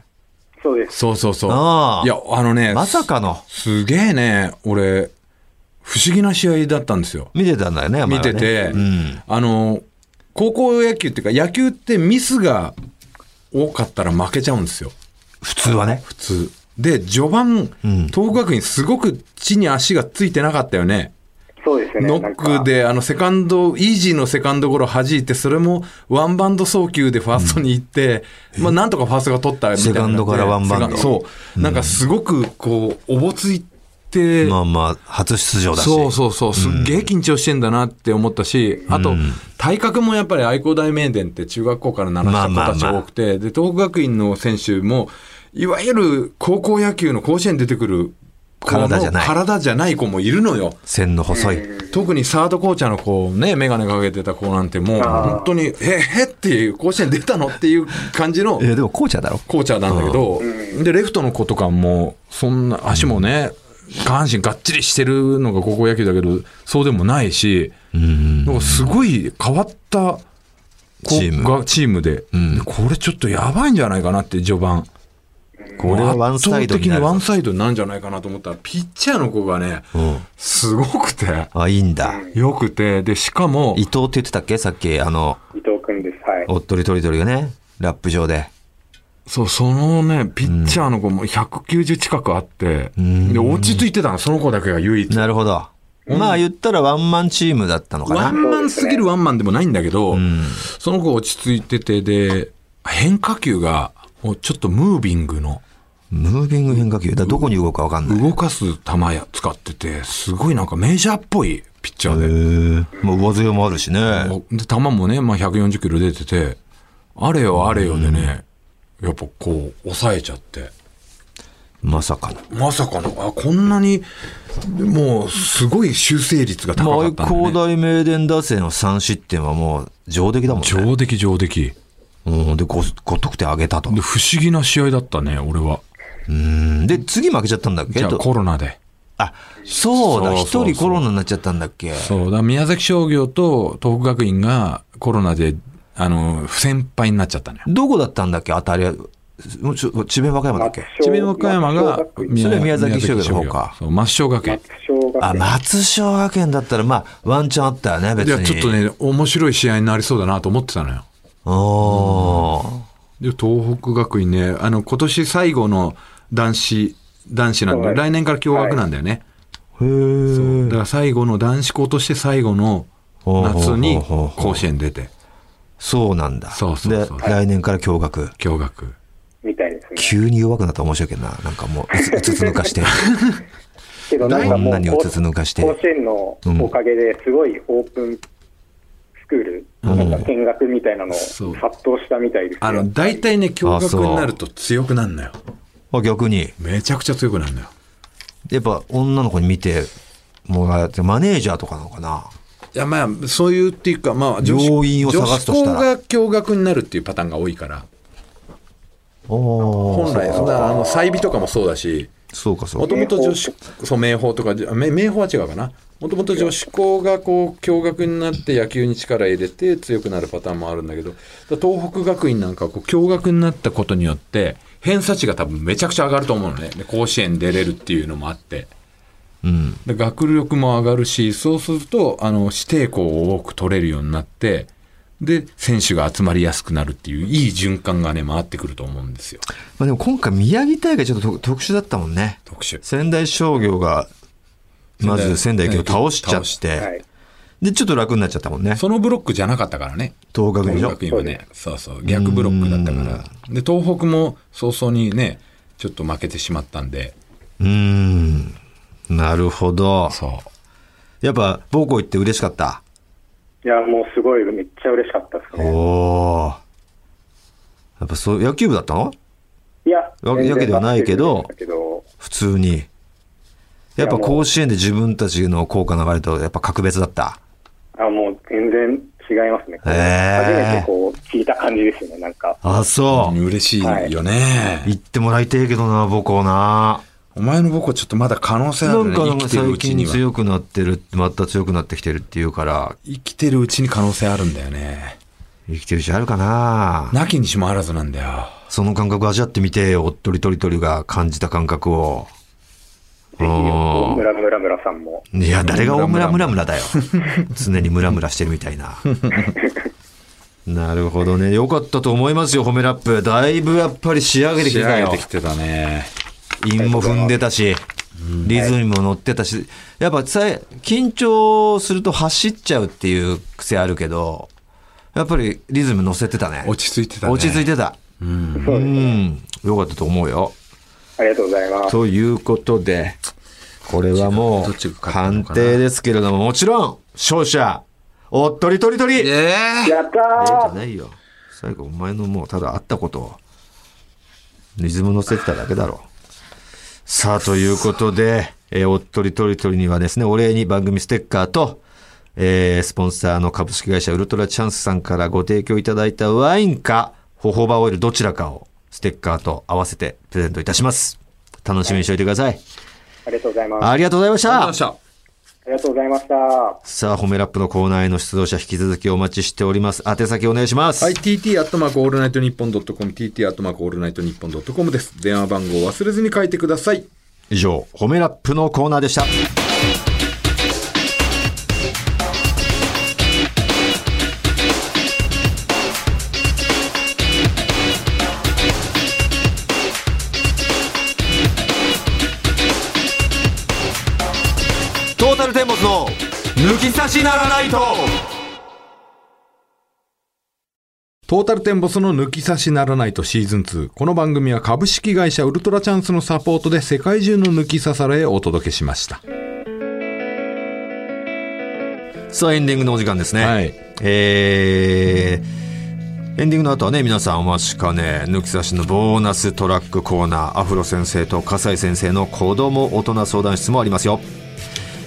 Speaker 5: そうです。
Speaker 3: そうそうそう。
Speaker 2: ああ
Speaker 3: いや、あのね、
Speaker 2: まさかの
Speaker 3: すすげえね、俺、不思議な試合だったんですよ。
Speaker 2: 見てたんだよねお前
Speaker 3: 見
Speaker 2: はね
Speaker 3: てて、
Speaker 2: うん、
Speaker 3: あの、高校野球っていうか、野球ってミスが多かったら負けちゃうんですよ、
Speaker 2: 普通はね
Speaker 3: 普通。で、序盤、
Speaker 2: ん
Speaker 3: 東北学院すごく地に足がついてなかったよね。
Speaker 5: そうですね。
Speaker 3: ノ
Speaker 5: なん
Speaker 3: ッ
Speaker 5: か
Speaker 3: ク。で、あの、セカンド、イージーのセカンドゴロ弾いて、それもワンバウンド送球でファーストに行って、まあ、なんとかファーストが取ったみたいな。
Speaker 2: セカンドからワンバウンド
Speaker 3: セカそう。なんかすごく、こう、おぼついて、
Speaker 2: まあまあ初出場だし
Speaker 3: そうそうそう、すっげえ緊張してんだなって思ったし、あと、体格もやっぱり愛工大名電って中学校から習った子たち
Speaker 2: まあまあまあ
Speaker 3: 多くて、で、東北学院の選手も、いわゆる高校野球の甲子園に出てくる子の
Speaker 2: 体じゃない
Speaker 3: 体じゃない子もいるのよ。
Speaker 2: 線の細い、
Speaker 3: 特にサードコーチャーの子ね、メガネかけてた子なんてもう、
Speaker 5: あー
Speaker 3: 本当に、え、えっていう、甲子園出たのっていう感 じの
Speaker 2: いやでも紅茶だろ
Speaker 3: コーチャーなんだけど、で、レフトの子とかも、そんな足もね、下半身がっちりしてるのが高校野球だけど、そうでもないし、
Speaker 2: うん
Speaker 3: なんかすごい変わった
Speaker 2: チーム
Speaker 3: こうがチームで、
Speaker 2: ん
Speaker 3: でこれちょっとやばいんじゃないかなって、序盤。
Speaker 2: これはワンサイド
Speaker 3: 圧
Speaker 2: にな
Speaker 3: 倒的
Speaker 2: る
Speaker 3: にワンサイドになるんじゃないかなと思ったら、ピッチャーの子がね、
Speaker 2: うん
Speaker 3: すごくて、
Speaker 2: あいいんだ
Speaker 3: よくて、で、しかも
Speaker 2: 伊、藤って言ってたっけさっきあの
Speaker 5: 伊藤君です。はい。
Speaker 2: おっとりとりとりがねラップ上で
Speaker 3: そう、そのね、ピッチャーの子も190近くあって、
Speaker 2: ん
Speaker 3: で、落ち着いてたの、その子だけが唯一。
Speaker 2: なるほど、まあ言ったらワンマンチームだったのか
Speaker 3: ワ
Speaker 2: な
Speaker 3: ンマンすぎるワンマンでもないんだけど、その子落ち着いてて、で、変化球が、もうちょっとムービングの、
Speaker 2: ムービング変化球だからどこに動くか分かんない
Speaker 3: 動かす球や使ってて、すごいなんかメジャーっぽいピッチャーで。
Speaker 2: もう上背もあるしね。
Speaker 3: で、球もね、まあ、140キロ出てて、あれよあれよでね、やっぱこう、抑えちゃって。
Speaker 2: まさかの。
Speaker 3: まさかの、あ、こんなに、もう、すごい修正率が高
Speaker 2: まあ、
Speaker 3: か
Speaker 2: 愛
Speaker 3: ったんだ、
Speaker 2: 工
Speaker 3: ね。
Speaker 2: 大名電打線の3失点はもう上出来だもんね。
Speaker 3: 上出来上出来。
Speaker 2: うん、で 5, 得点上げたと
Speaker 3: で、。不思議な試合だったね、俺は。
Speaker 2: うんで、次負けちゃったんだっけ
Speaker 3: じゃあ
Speaker 2: と
Speaker 3: コロナで。
Speaker 2: あ、そうだ、
Speaker 3: そうそうそう
Speaker 2: 一人コロナになっちゃったんだっけ
Speaker 3: そう、だから宮崎商業と東北学院がコロナで、あの、不先輩になっちゃったね。
Speaker 2: どこだったんだっけ当たりは、もうちょ智弁和歌山だっけ
Speaker 5: 松
Speaker 3: 智
Speaker 5: 商
Speaker 3: 弁和歌山が
Speaker 5: 松、
Speaker 2: それは宮崎商業の方か
Speaker 3: そう、抹消学園。
Speaker 5: 商学
Speaker 2: あ、
Speaker 5: 園
Speaker 2: 松商学園だったら、まあ、ワンチャンあったよね、別
Speaker 3: いや、
Speaker 2: に。
Speaker 3: ちょっと。ね、面白い試合になりそうだなと思ってたのよ。
Speaker 2: おー。
Speaker 3: で東北学院ね、あの、今年最後の男子、男子なん
Speaker 5: は
Speaker 3: で、
Speaker 5: い
Speaker 3: 来年から共学なんだよね。
Speaker 2: へ
Speaker 3: だか
Speaker 2: ー
Speaker 3: ら最後の男子校として最後の夏に
Speaker 2: ほうほうほうほう
Speaker 3: 甲子園出て、
Speaker 2: そうなんだ。
Speaker 3: そうそうそう
Speaker 2: で、来年から驚愕。
Speaker 3: 共学。
Speaker 5: みたいですね。
Speaker 2: 急に弱くなったら面白いけどな。なんかもう、うつうつつ抜か して。
Speaker 5: けどなんかも
Speaker 2: こんなにう
Speaker 5: う
Speaker 2: つつ抜かして
Speaker 5: 甲子園のおかげですごいオープンスクール、なんか見学みたいなのを殺
Speaker 3: そう
Speaker 5: 到したみたいです、ね、
Speaker 3: あの、大体ね、共学になると強くなるのよ。
Speaker 2: あ逆に、
Speaker 3: めちゃくちゃ強くなるのよ。
Speaker 2: やっぱ女の子に見てもらって、マネージャーとかなのかな。
Speaker 3: いや、まあ、そういうっていうか、まあ、
Speaker 2: 要因を探すとしたら
Speaker 3: 女子校が共学になるっていうパターンが多いから、
Speaker 2: おー
Speaker 3: 本来、そんなあの、済美とかもそうだし、
Speaker 2: そうか、そう
Speaker 3: も
Speaker 2: か。
Speaker 3: ともと女子、そう、明豊とか、め明豊は違うかな。もともと女子校がこう、共学になって野球に力入れて強くなるパターンもあるんだけど、だから東北学院なんかはこう、共学になったことによって、偏差値が多分めちゃくちゃ上がると思うのね。で甲子園出れるっていうのもあって。
Speaker 2: うん。
Speaker 3: で学力も上がるし、そうすると、あの、指定校を多く取れるようになって、で、選手が集まりやすくなるっていう、いい循環がね、回ってくると思うんですよ。
Speaker 2: まあでも今回宮城大会ちょっとと特殊だったもんね。
Speaker 3: 特集。
Speaker 2: 仙台商業が、まず仙台育英を倒しちゃっ
Speaker 5: はい
Speaker 2: て、、で、ちょっと楽になっちゃったもんね。
Speaker 3: そのブロックじゃなかったからね。
Speaker 2: 東学でし
Speaker 3: 東
Speaker 2: ょ
Speaker 3: 学。院はね、そうそう、逆ブロックだったから。で、東北も早々にね、ちょっと負けてしまったんで、
Speaker 2: うーん。なるほど。
Speaker 3: そう。
Speaker 2: やっぱ、母校行って嬉しかった。
Speaker 5: いや、もうすごい、めっちゃ嬉しかったです
Speaker 2: お
Speaker 5: ね。
Speaker 2: おー。やっぱそう、野球部だったの
Speaker 5: いや、
Speaker 2: わけわけではないけど
Speaker 5: 全然バスケ部でしたけど
Speaker 2: 普通に。やっぱ甲子園で自分たちの効果流れとやっぱ格別だった。
Speaker 5: あもう全然違いますね。
Speaker 2: へー
Speaker 5: 初めてこう、聞いた感じですね、なんか。
Speaker 2: あ、そう。
Speaker 3: 嬉しいよね。
Speaker 2: 行ってもらいてえけどな、母校な。
Speaker 3: お前の僕はちょっとまだ可能性あ
Speaker 2: な
Speaker 3: る
Speaker 2: ん
Speaker 3: ね
Speaker 2: かな
Speaker 3: 生
Speaker 2: んか
Speaker 3: きてる
Speaker 2: 最
Speaker 3: うちに
Speaker 2: 近
Speaker 3: は
Speaker 2: 強くなってるってまた強くなってきてるっていうから
Speaker 3: 生きてるうちに可能性あるんだよね
Speaker 2: 生きてるうちあるかな
Speaker 3: なきにしもあらずなんだよ
Speaker 2: その感覚味わってみてよおっとりとりとりが感じた感覚を
Speaker 5: ぜひ、大村村村さんも。
Speaker 2: いや誰が大村ムラムラ だよ常にムラムラしてるみたいななるほどねよかったと思いますよ褒めラップだいぶやっぱり仕上げてき
Speaker 3: 仕
Speaker 2: てた
Speaker 3: 上げ
Speaker 2: よ
Speaker 3: てきてたね
Speaker 2: 韻も踏んでたし、リズムも乗ってたし、やっぱさえ緊張すると走っちゃうっていう癖あるけど、やっぱりリズム乗せてたね。
Speaker 3: 落ち着いてたね
Speaker 2: 落ち着いてた。
Speaker 5: そうです
Speaker 2: う
Speaker 5: ね。
Speaker 2: ん。よかったと思うよ。
Speaker 5: ありがとうございます。
Speaker 2: ということで、これはも
Speaker 3: どっ
Speaker 2: う
Speaker 3: ちが勝ったの
Speaker 2: 判
Speaker 3: かな
Speaker 2: 定ですけれども、もちろん、勝者、おっとりとりとりえ
Speaker 3: え
Speaker 5: やった
Speaker 2: じゃ
Speaker 5: ー
Speaker 2: ないよ。最後、お前のもうただ会ったことを、リズム乗せてただけだろ。さあ、ということで、えーおっとりとりとりにはですね、お礼に番組ステッカーと、えースポンサーの株式会社ウルトラチャンスさんからご提供いただいたワインか、ホホバオイルどちらかをステッカーと合わせてプレゼントいたします。楽しみにしておいてください。
Speaker 5: ありがとうございます。あ
Speaker 2: ありがとうございました。
Speaker 5: りがとうございました。
Speaker 2: さあ、褒めラップのコーナーへの出場者引き続きお待ちしております。宛先お願いします。
Speaker 3: はい、TT アットマークオールナイトニッポンドットコム、TT アットマークオールナイトニッポンドットコムです。電話番号を忘れずに書いてください。
Speaker 2: 以上、褒めラップのコーナーでした。トータルテンボスの抜き差しならないと
Speaker 3: トータルテンボスの抜き差しならないとシーズン2。この番組は株式会社ウルトラチャンスのサポートで世界中の抜き差されへお届けしました。
Speaker 2: さあエンディングのお時間ですね、
Speaker 3: はい
Speaker 2: えーエンディングの後はね皆さんお待ちかね抜き差しのボーナストラックコーナーアフロ先生と笠井先生の子供大人相談室もありますよ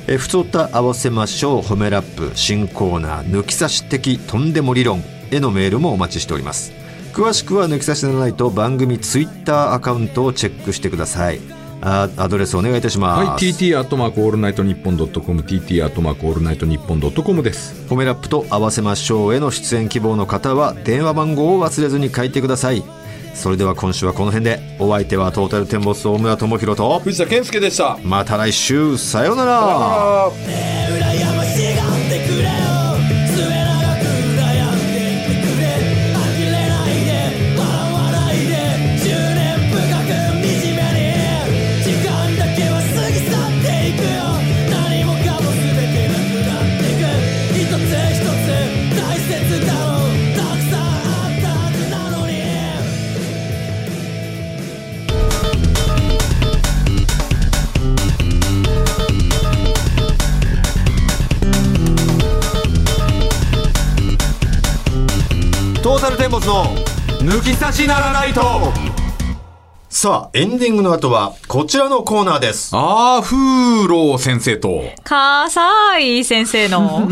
Speaker 2: えー、ふつおた合わせましょう褒めラップ新コーナー抜き差し的とんでも理論へのメールもお待ちしております詳しくは抜き差しならないと番組ツイッターアカウントをチェックしてくださいあアドレスお願いいたします、
Speaker 3: はい、TT アットマークオールナイトニッポンドットコム、TT アットマークオールナイトニッポンドットコムです。
Speaker 2: 褒めラップと合わせましょうへの出演希望の方は電話番号を忘れずに書いてくださいそれでは今週はこの辺でお相手はトータルテンボス大村智広と
Speaker 3: 藤田健介でした。
Speaker 2: また来週さようならトータルテンボスの抜き差しならないとさあエンディングの後はこちらのコーナーです
Speaker 3: あー、風ー先生と、
Speaker 6: 笠井先生 の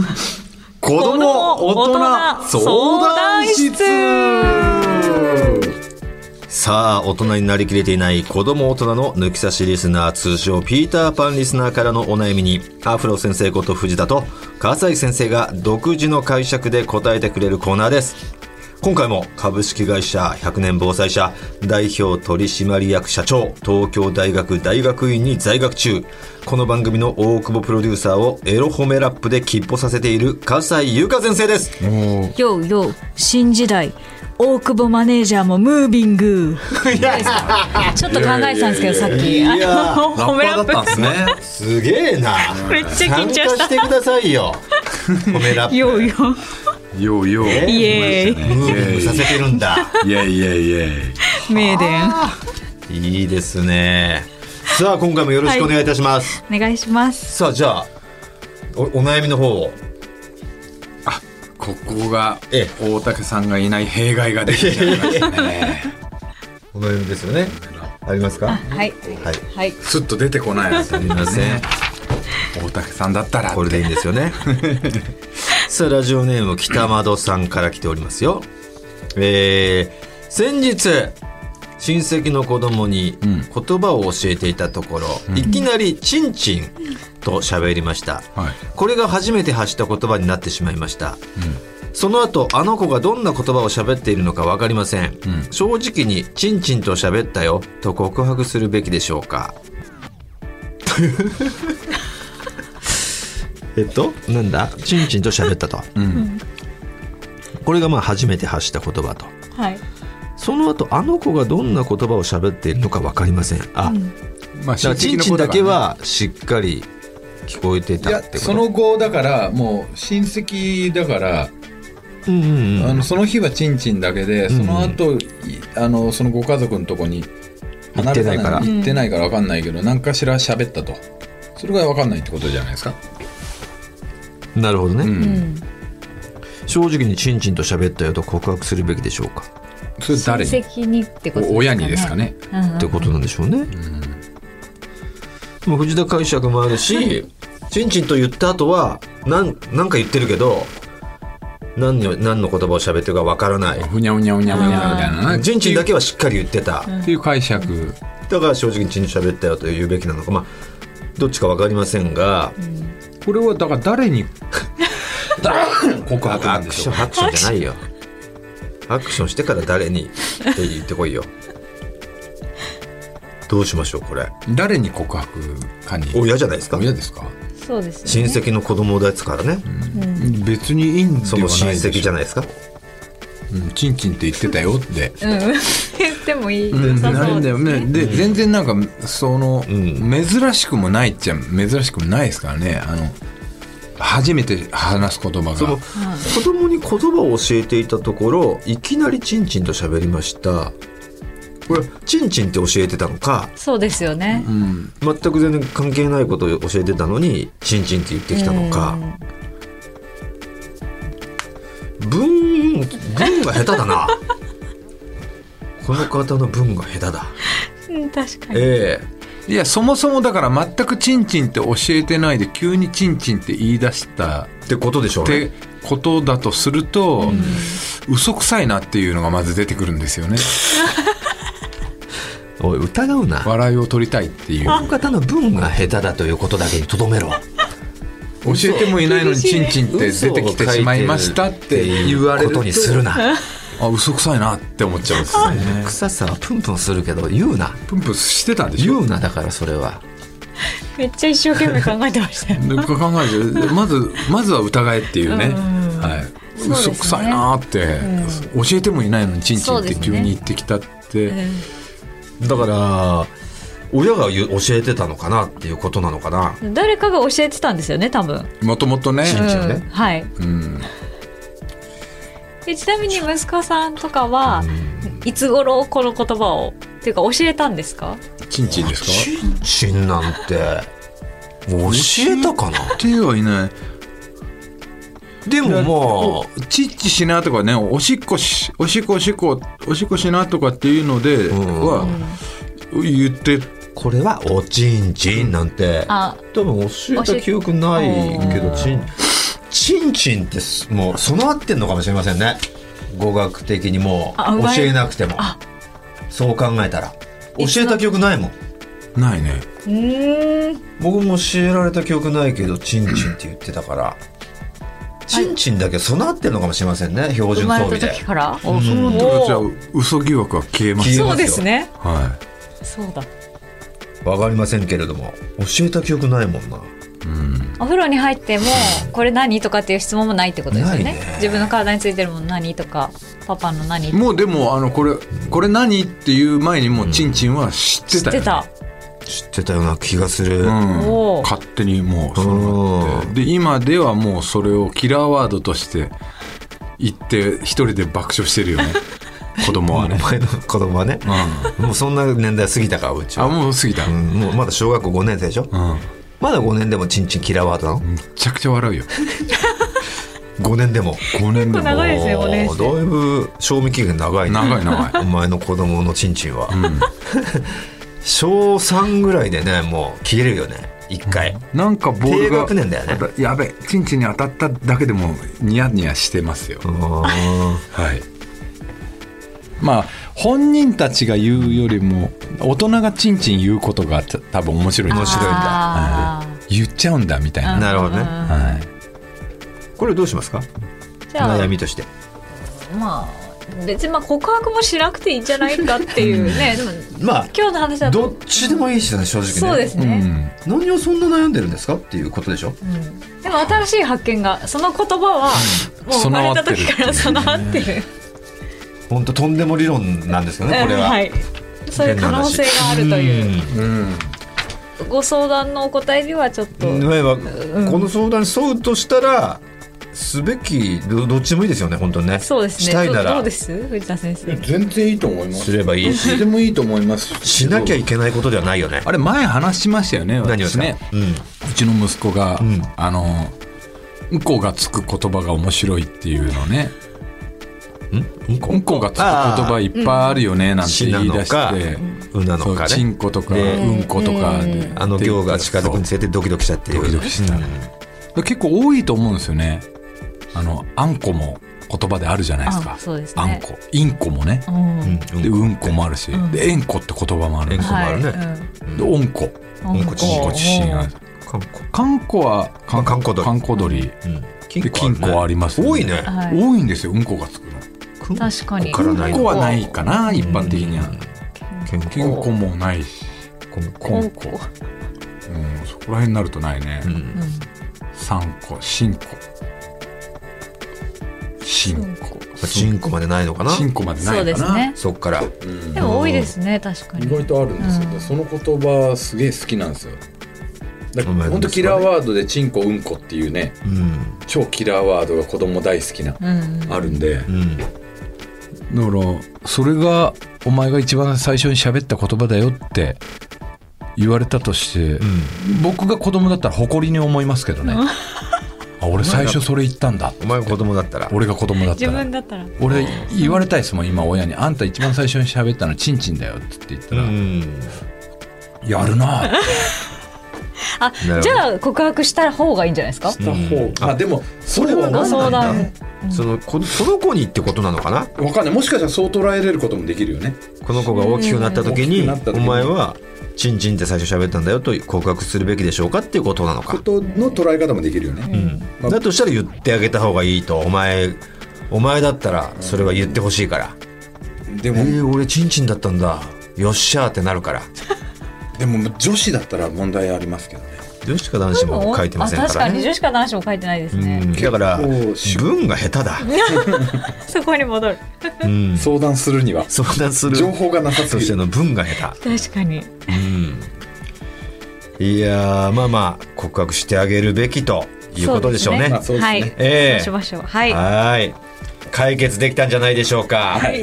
Speaker 3: 子
Speaker 6: 供大人相談室
Speaker 2: さあ大人になりきれていない子供大人の抜き差しリスナー通称ピーターパンリスナーからのお悩みにアフロ先生こと藤田と笠井先生が独自の解釈で答えてくれるコーナーです今回も株式会社100年防災社代表取締役社長東京大学大学院に在学中この番組の大久保プロデューサーをエロ褒めラップできっぽさせている笠井優香先生です
Speaker 6: ようよう新時代大久保マネージャーもムービングちょっと考えてたんですけどさっき
Speaker 2: いや
Speaker 6: あの褒めラップ
Speaker 3: だったんですね。
Speaker 2: すげえな
Speaker 6: めっちゃ緊張した
Speaker 2: 参加してくださいよ褒めラップ
Speaker 6: ようよう
Speaker 3: ようよう。
Speaker 2: え
Speaker 6: イエー
Speaker 2: ムービングさせてるん だ。
Speaker 3: イェイイェイイェイ。
Speaker 6: イ名電
Speaker 2: いいですね。さあ、今回もよろしくお願いいたします。
Speaker 6: お願いします
Speaker 2: さあ、じゃあ、お、お悩みの方を。
Speaker 3: ここが
Speaker 2: え
Speaker 3: 大竹さんがいない弊害が出てきちゃいましたね
Speaker 2: お悩みですよね。ありますか。は
Speaker 6: はい
Speaker 2: い。
Speaker 6: はい
Speaker 3: スッと出てこないです
Speaker 2: すみません。
Speaker 3: 大竹さんだったら
Speaker 2: これでいいんですよね。さあ、ラジオネーム北窓さんから来ておりますよ。えー、先日、親戚の子供に言葉を教えていたところ、いきなり「チンチン」と喋りました、
Speaker 3: はい
Speaker 2: これが初めて発した言葉になってしまいました、その後あの子がどんな言葉を喋っているのか分かりません、正直に「チンチンと喋ったよ」と告白するべきでしょうかという えっとなんだ「チンチンと喋ったと」これがまあ初めて発した言葉と
Speaker 6: はい。
Speaker 2: その後あの子がどんな言葉を喋っているのか分かりませんあ、
Speaker 3: まあ
Speaker 2: だからチンチンだけはしっかり聞こえて
Speaker 3: い
Speaker 2: た
Speaker 3: や
Speaker 2: ってこと
Speaker 3: その後だからもう親戚だから、
Speaker 2: うんうんうん
Speaker 3: あのその日はチンチンだけで、その後いあのそのご家族のとこに
Speaker 2: 行ってないから
Speaker 3: 離れた行ってないから分かんないけど何かしら喋ったとそれが分かんないってことじゃないですか
Speaker 2: なるほどね、
Speaker 6: うん。
Speaker 2: 正直にチンチンと喋ったよと告白するべきでしょうか
Speaker 3: それ誰
Speaker 6: 親
Speaker 3: に
Speaker 6: 戚にってこと
Speaker 3: お親にですか。ね
Speaker 6: うん
Speaker 2: ってことなんでしょうね、もう藤田解釈もあるしチンチンと言った後はなんなんか言ってるけど何の何の言葉を喋ってるかわからない
Speaker 3: ふにゃふにゃふにゃふにゃみたいな
Speaker 2: チンチンだ
Speaker 3: け
Speaker 2: けはしっかり言ってた、
Speaker 3: っていう解釈
Speaker 2: だから正直にチンチン喋ったよと言うべきなのかまあどっちかわかりませんが、
Speaker 3: これはだから誰 に告白な
Speaker 2: ア
Speaker 3: んで
Speaker 2: ク
Speaker 3: し
Speaker 2: シ
Speaker 3: ょ
Speaker 2: ョ
Speaker 3: う
Speaker 2: ンアクションじゃないよアクションしてから誰にって言ってこいよどうしましょうこれ
Speaker 3: 誰に告白かに
Speaker 2: 親じゃないですか
Speaker 3: 親ですか
Speaker 6: そうです
Speaker 2: 親
Speaker 6: ね。
Speaker 2: 戚の子供ですからね、
Speaker 3: 別にいいんではないでし
Speaker 2: そ
Speaker 3: ょ
Speaker 2: の親戚じゃないですか
Speaker 3: うんチンチンって言ってたよって
Speaker 6: うん。 言ってもいい。良さ
Speaker 3: なん
Speaker 6: そう
Speaker 3: だ
Speaker 6: で
Speaker 3: よ
Speaker 6: す
Speaker 3: ね。
Speaker 6: ね。
Speaker 3: で、全然なんか、その、
Speaker 2: ん
Speaker 3: 珍しくもないっちゃ、珍しくもないですからね。あの、初めて話す言葉
Speaker 2: その
Speaker 3: が。
Speaker 2: 子供に言葉を教えていたところいきなりチンチンと喋りましたこれチンチンって教えてたのか
Speaker 6: そうですよね。
Speaker 3: うん。
Speaker 2: 全く全然関係ないことを教えてたのにチンチンって言ってきたのか文文が下手だなこの方の文が下手だ
Speaker 6: うん。うん確かに。
Speaker 2: え
Speaker 3: いや、そもそもだから全くチンチンって教えてないで、急にチンチンって言い出した
Speaker 2: えってことでしょ
Speaker 3: っ
Speaker 2: うね
Speaker 3: てことだとすると、嘘くさいなっていうのがまず出てくるんですよね。
Speaker 2: おい疑うなこ
Speaker 3: 笑いを取りたいっていう。
Speaker 2: の方の文が下手だということだけにとどめろ
Speaker 3: 教えてもいないのにチンチンって出てきてしまいましたって言われる
Speaker 2: こととにするな
Speaker 3: あ、嘘くさいなって思っちゃうんですよね。
Speaker 2: 臭さはプンプンするけど言うな
Speaker 3: プンプンしてたんでしょ
Speaker 2: 言うなだからそれは
Speaker 6: めっちゃ一生懸命考えてましたよ。
Speaker 3: なんか考えてまずまずは疑えっていうね、
Speaker 6: うん
Speaker 3: はい、
Speaker 6: そうです
Speaker 3: 嘘
Speaker 6: ね
Speaker 3: くさいなーって、教えてもいないのにチンチンって急に言ってきたって、
Speaker 2: だから親が言う教えてたのかなっていうことなのかな
Speaker 6: うん誰かが教えてたんですよね、多分。
Speaker 3: もともとね、
Speaker 2: チンチンね
Speaker 6: うんはい。
Speaker 3: うん
Speaker 6: えちなみに息子さんとかはいつ頃この言葉をっていうか教えたんですか
Speaker 3: チンチンですか
Speaker 2: チンチンなんて教えたかな
Speaker 3: 教えてはいない
Speaker 2: でもま
Speaker 3: チッチしなとかねおしっこしおしっこおしっこおしっこしなとかっていうので
Speaker 2: ん
Speaker 3: は言って
Speaker 2: あこれはおちんちんなんて
Speaker 6: あ
Speaker 2: 多分教えた記憶ないけど
Speaker 6: おし
Speaker 2: チンチンチンってすもう備わってんのかもしれませんね語学的にも
Speaker 6: あうまいう
Speaker 2: 教えなくてもそう考えたら教えた記憶ないもん
Speaker 3: ないね
Speaker 6: うーん
Speaker 2: 僕も教えられた記憶ないけどチンチンって言ってたからチンチンだけ備わってんのかもしれませんね標
Speaker 6: 生
Speaker 2: 準
Speaker 6: ま
Speaker 2: 装
Speaker 6: れ
Speaker 2: 備
Speaker 6: た
Speaker 2: で
Speaker 6: 時から
Speaker 3: あそうなったらじゃあ嘘疑惑は消えます
Speaker 2: 消え
Speaker 3: よ
Speaker 6: そうですね
Speaker 3: は
Speaker 6: そうだ
Speaker 2: わかりませんけれども教えた記憶ないもんな
Speaker 6: お風呂に入っても「これ何?」とかっていう質問もないってことですよね
Speaker 2: ないね
Speaker 6: 自分の体についてるもの何とかパパの何
Speaker 3: いもうでもあのこれこれ何っていう前にもうチンチンは知って
Speaker 6: 知
Speaker 3: た
Speaker 6: っ
Speaker 3: よね
Speaker 6: てた
Speaker 2: 知ってたような気がする
Speaker 3: う
Speaker 6: お
Speaker 3: ん、
Speaker 6: ー
Speaker 3: 勝手にもうそうなってで今ではもうそれをキラーワードとして言って一人で爆笑してるよ ね子供は
Speaker 2: お
Speaker 3: ね、
Speaker 2: 前の子供はね
Speaker 3: うん、
Speaker 2: もうそんな年代過ぎたかうちは
Speaker 3: あもう過ぎた、
Speaker 2: う
Speaker 3: うん
Speaker 2: んもうまだ小学校5年生でしょまだ5年でもチンチンキラーワードなの
Speaker 3: めちゃくちゃ笑うよ
Speaker 2: 5年でも
Speaker 3: 5年で
Speaker 6: 結構
Speaker 3: も
Speaker 6: 長いですね5年
Speaker 2: おーだいぶ賞味期限長いね
Speaker 3: 長い長
Speaker 2: お
Speaker 3: い
Speaker 2: 前の子供のチンチンは、
Speaker 3: ん
Speaker 2: 小3ぐらいでねもう消えるよね1回、
Speaker 3: なんかボール
Speaker 2: 低
Speaker 3: が
Speaker 2: 学年だよね
Speaker 3: やべチンチンに当たっただけでもニヤニヤしてますよ、
Speaker 2: うーん
Speaker 3: はいまあ本人たちが言うよりも大人がちんちん言うことがた多分面白い面
Speaker 2: 白いんだ
Speaker 7: あー
Speaker 3: 言っちゃうんだみたいな、
Speaker 2: なるほどね
Speaker 3: はい、
Speaker 2: これどうしますか
Speaker 6: じゃあ
Speaker 2: 悩みとして
Speaker 6: まあ別にまあ告白もしなくていいんじゃないかっていうねでも
Speaker 2: ま
Speaker 6: 今日の話だ
Speaker 2: あ
Speaker 6: と
Speaker 2: どっちでもいいしね正直ね
Speaker 6: そうですね、
Speaker 2: 何をそんな悩んでるんですかっていうことでしょ
Speaker 6: でも新しい発見がその言葉はもう生まれた時から備わってる
Speaker 2: 本当とんでも理論なんですよねこれ
Speaker 6: うん
Speaker 2: は、
Speaker 6: はいそういう可能性があるというご相談のお答えにはちょっと、
Speaker 2: いわばこの相談に沿うとしたらすべきどどっちでもいいですよね本当にね
Speaker 6: そうですね
Speaker 2: したいな
Speaker 6: どど
Speaker 2: ら
Speaker 6: うです藤田先生
Speaker 8: 全然いいと思います
Speaker 2: すればいいし
Speaker 8: でもいいと思います
Speaker 2: しなきゃいけないことではないよね
Speaker 3: あれ前話しましたよね
Speaker 2: 何をですか
Speaker 3: 私ね
Speaker 2: うん
Speaker 3: うちの息子が、
Speaker 2: ん
Speaker 3: あのうんこがつく言葉が面白いっていうのね
Speaker 2: うんこ
Speaker 3: うんこがつく言葉いっぱいあるよねなんて言い出して、
Speaker 2: うなの
Speaker 3: そう
Speaker 2: か
Speaker 3: チ
Speaker 2: ね
Speaker 3: ンコとか、
Speaker 2: ね
Speaker 3: うんことか、
Speaker 2: あの行が近づくにつれてドキドキしたっていう
Speaker 3: ドキドキしたねそう結構多いと思うんですよねあのあんこも言葉であるじゃないです
Speaker 6: あ
Speaker 3: か
Speaker 6: そうですね
Speaker 3: あんこインコもね
Speaker 6: うん
Speaker 2: うん
Speaker 3: でうんこもあるし、でえんこって言葉もあるんですよ
Speaker 6: はい、
Speaker 2: 困る
Speaker 3: でおんこ
Speaker 6: うん
Speaker 2: うんこ自身
Speaker 3: おんこ自身がある
Speaker 2: 韓国
Speaker 3: かんこはかん
Speaker 2: まあかんこ鳥
Speaker 3: かんこ鳥
Speaker 2: うん
Speaker 3: で金庫はありますよ
Speaker 2: 多いね
Speaker 6: はい
Speaker 3: 多いんですようんこがつくの
Speaker 6: 確かに
Speaker 2: こからない
Speaker 3: うんこはないかな一般的には
Speaker 2: 健
Speaker 3: 金庫もないし
Speaker 2: 康
Speaker 3: こんこうんそこら辺になるとないね
Speaker 2: うん
Speaker 3: 三個新子新子
Speaker 2: チンコまでないのかな
Speaker 3: 新子までな
Speaker 6: そう
Speaker 3: い
Speaker 6: で
Speaker 3: か
Speaker 6: す
Speaker 3: な
Speaker 6: ね
Speaker 2: そっから
Speaker 6: でも多いですね確かに
Speaker 8: 意外とあるんですよ、ねその言葉すげえ好きなんですよだ
Speaker 2: お前
Speaker 8: 本当
Speaker 2: どうですかね
Speaker 8: キラーワードで「チンコうんこ」っていうね
Speaker 2: うん
Speaker 8: 超キラーワードが子供大好きな、
Speaker 6: うん
Speaker 8: あるんで
Speaker 2: うん
Speaker 3: だからそれがお前が一番最初に喋った言葉だよって言われたとして、僕が子供だったら誇りに思いますけどね、 あ俺最初それ言ったんだ
Speaker 2: お前が子供だったら
Speaker 3: 俺が子供だった
Speaker 6: 自
Speaker 3: ら
Speaker 6: 分だったら
Speaker 3: 俺言われたいですもん今親に「あんた一番最初に喋ったのはチンチンだよ」って言った
Speaker 2: う
Speaker 3: ら「
Speaker 2: ん
Speaker 3: やるな」
Speaker 6: あ
Speaker 2: ど
Speaker 6: じゃあ告白した方がいいんじゃないですか
Speaker 8: した方が、あでもそれは
Speaker 6: ご相談
Speaker 2: そのこその子にってことなのかな
Speaker 8: わかんないもしかしたらそう捉えれることもできるよね
Speaker 2: この子が大きくなった時に
Speaker 8: うん大きくなった時
Speaker 2: お
Speaker 8: に
Speaker 2: 前はチンチンって最初喋ったんだよと告白するべきでしょうかっていうことなのか
Speaker 8: ことの捉え方もできるよね、まあ
Speaker 2: だとしたら言ってあげた方がいいとお前お前だったらそれは言ってほしいから
Speaker 8: で
Speaker 2: え
Speaker 8: も、
Speaker 2: ー俺チンチンだったんだよっしゃーってなるから
Speaker 8: でも女子だったら問題ありますけどね
Speaker 2: 女子か男子も書いてません
Speaker 6: あ
Speaker 2: か
Speaker 6: 確
Speaker 2: ら
Speaker 6: かに
Speaker 2: ね
Speaker 6: 女子か男子も書いてないですね、
Speaker 2: うんだから
Speaker 8: 結
Speaker 2: 文が下手だ
Speaker 6: そこに戻る
Speaker 2: うん
Speaker 8: 相談するには
Speaker 2: 相談する
Speaker 8: 情報がなさす
Speaker 2: そ
Speaker 8: ぎ
Speaker 2: して
Speaker 8: る
Speaker 2: の文が下手
Speaker 6: 確かに
Speaker 2: うんいやーまあまあ告白してあげるべきということでしょうね
Speaker 8: まあそうです
Speaker 6: は
Speaker 8: ね
Speaker 6: い、
Speaker 2: ええ
Speaker 6: そうしましょうはい
Speaker 2: はーい解決できたんじゃないでしょうか、い、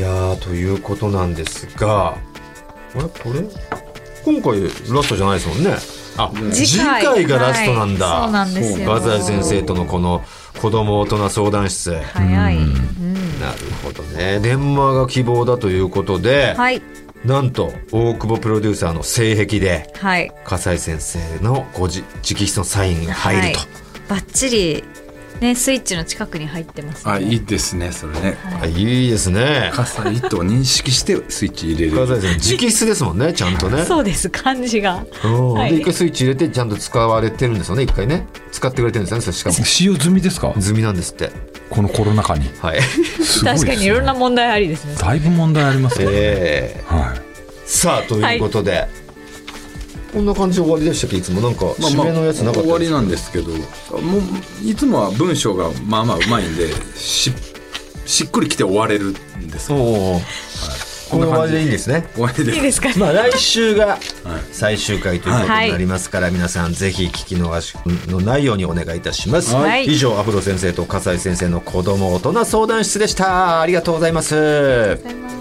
Speaker 2: やーということなんですがあれこれ今回ラストじゃないですもんねあ次回がラストなんだ、
Speaker 6: はいそうなんですよ
Speaker 2: ガザエ先生とのこの子供大人相談室、
Speaker 6: 早い、うん
Speaker 2: なるほどね電話が希望だということで、
Speaker 6: はい
Speaker 2: なんと大久保プロデューサーの性癖で
Speaker 6: はい
Speaker 2: 笠井先生のごじ直筆のサインが入ると、
Speaker 6: バッチリねスイッチの近くに入ってますね
Speaker 3: あいいですねそれね
Speaker 2: あいいですね
Speaker 3: 葛西と認識してスイッチ入れ
Speaker 2: 笠井
Speaker 3: る
Speaker 2: 先生直筆ですもんねちゃんとね
Speaker 6: そうです漢字が
Speaker 2: うん
Speaker 6: はい
Speaker 2: で一回スイッチ入れてちゃんと使われてるんですよね一回ね使ってくれてるんですよねそれしかも
Speaker 3: 使用済みですか
Speaker 2: 済みなんですって
Speaker 3: このコロナ禍に
Speaker 2: はい
Speaker 3: すごいです
Speaker 6: 確
Speaker 3: ね
Speaker 6: かにいろんな問題ありですね
Speaker 3: だいぶ問題ありますよね、
Speaker 2: え
Speaker 3: はい
Speaker 2: ーさあということで、こんな感じで終わりでしたっけいつもなんか
Speaker 9: まあ
Speaker 2: 締めのやつなかった
Speaker 9: 終わり
Speaker 2: な
Speaker 9: なんですけどもういつもは文章がまあまあうまいんでししっくりきて終われるんです
Speaker 2: おおこれ終わりでいいですね
Speaker 9: 終わりで
Speaker 6: いいですかね
Speaker 2: まあ来週が最終回ということになりますから、皆さんぜひ聞き逃しのないようにお願いいたします、
Speaker 6: はい
Speaker 2: 以上アフロ先生と笠井先生の子供大人相談室でしたありがとうございます
Speaker 6: ありがとうございます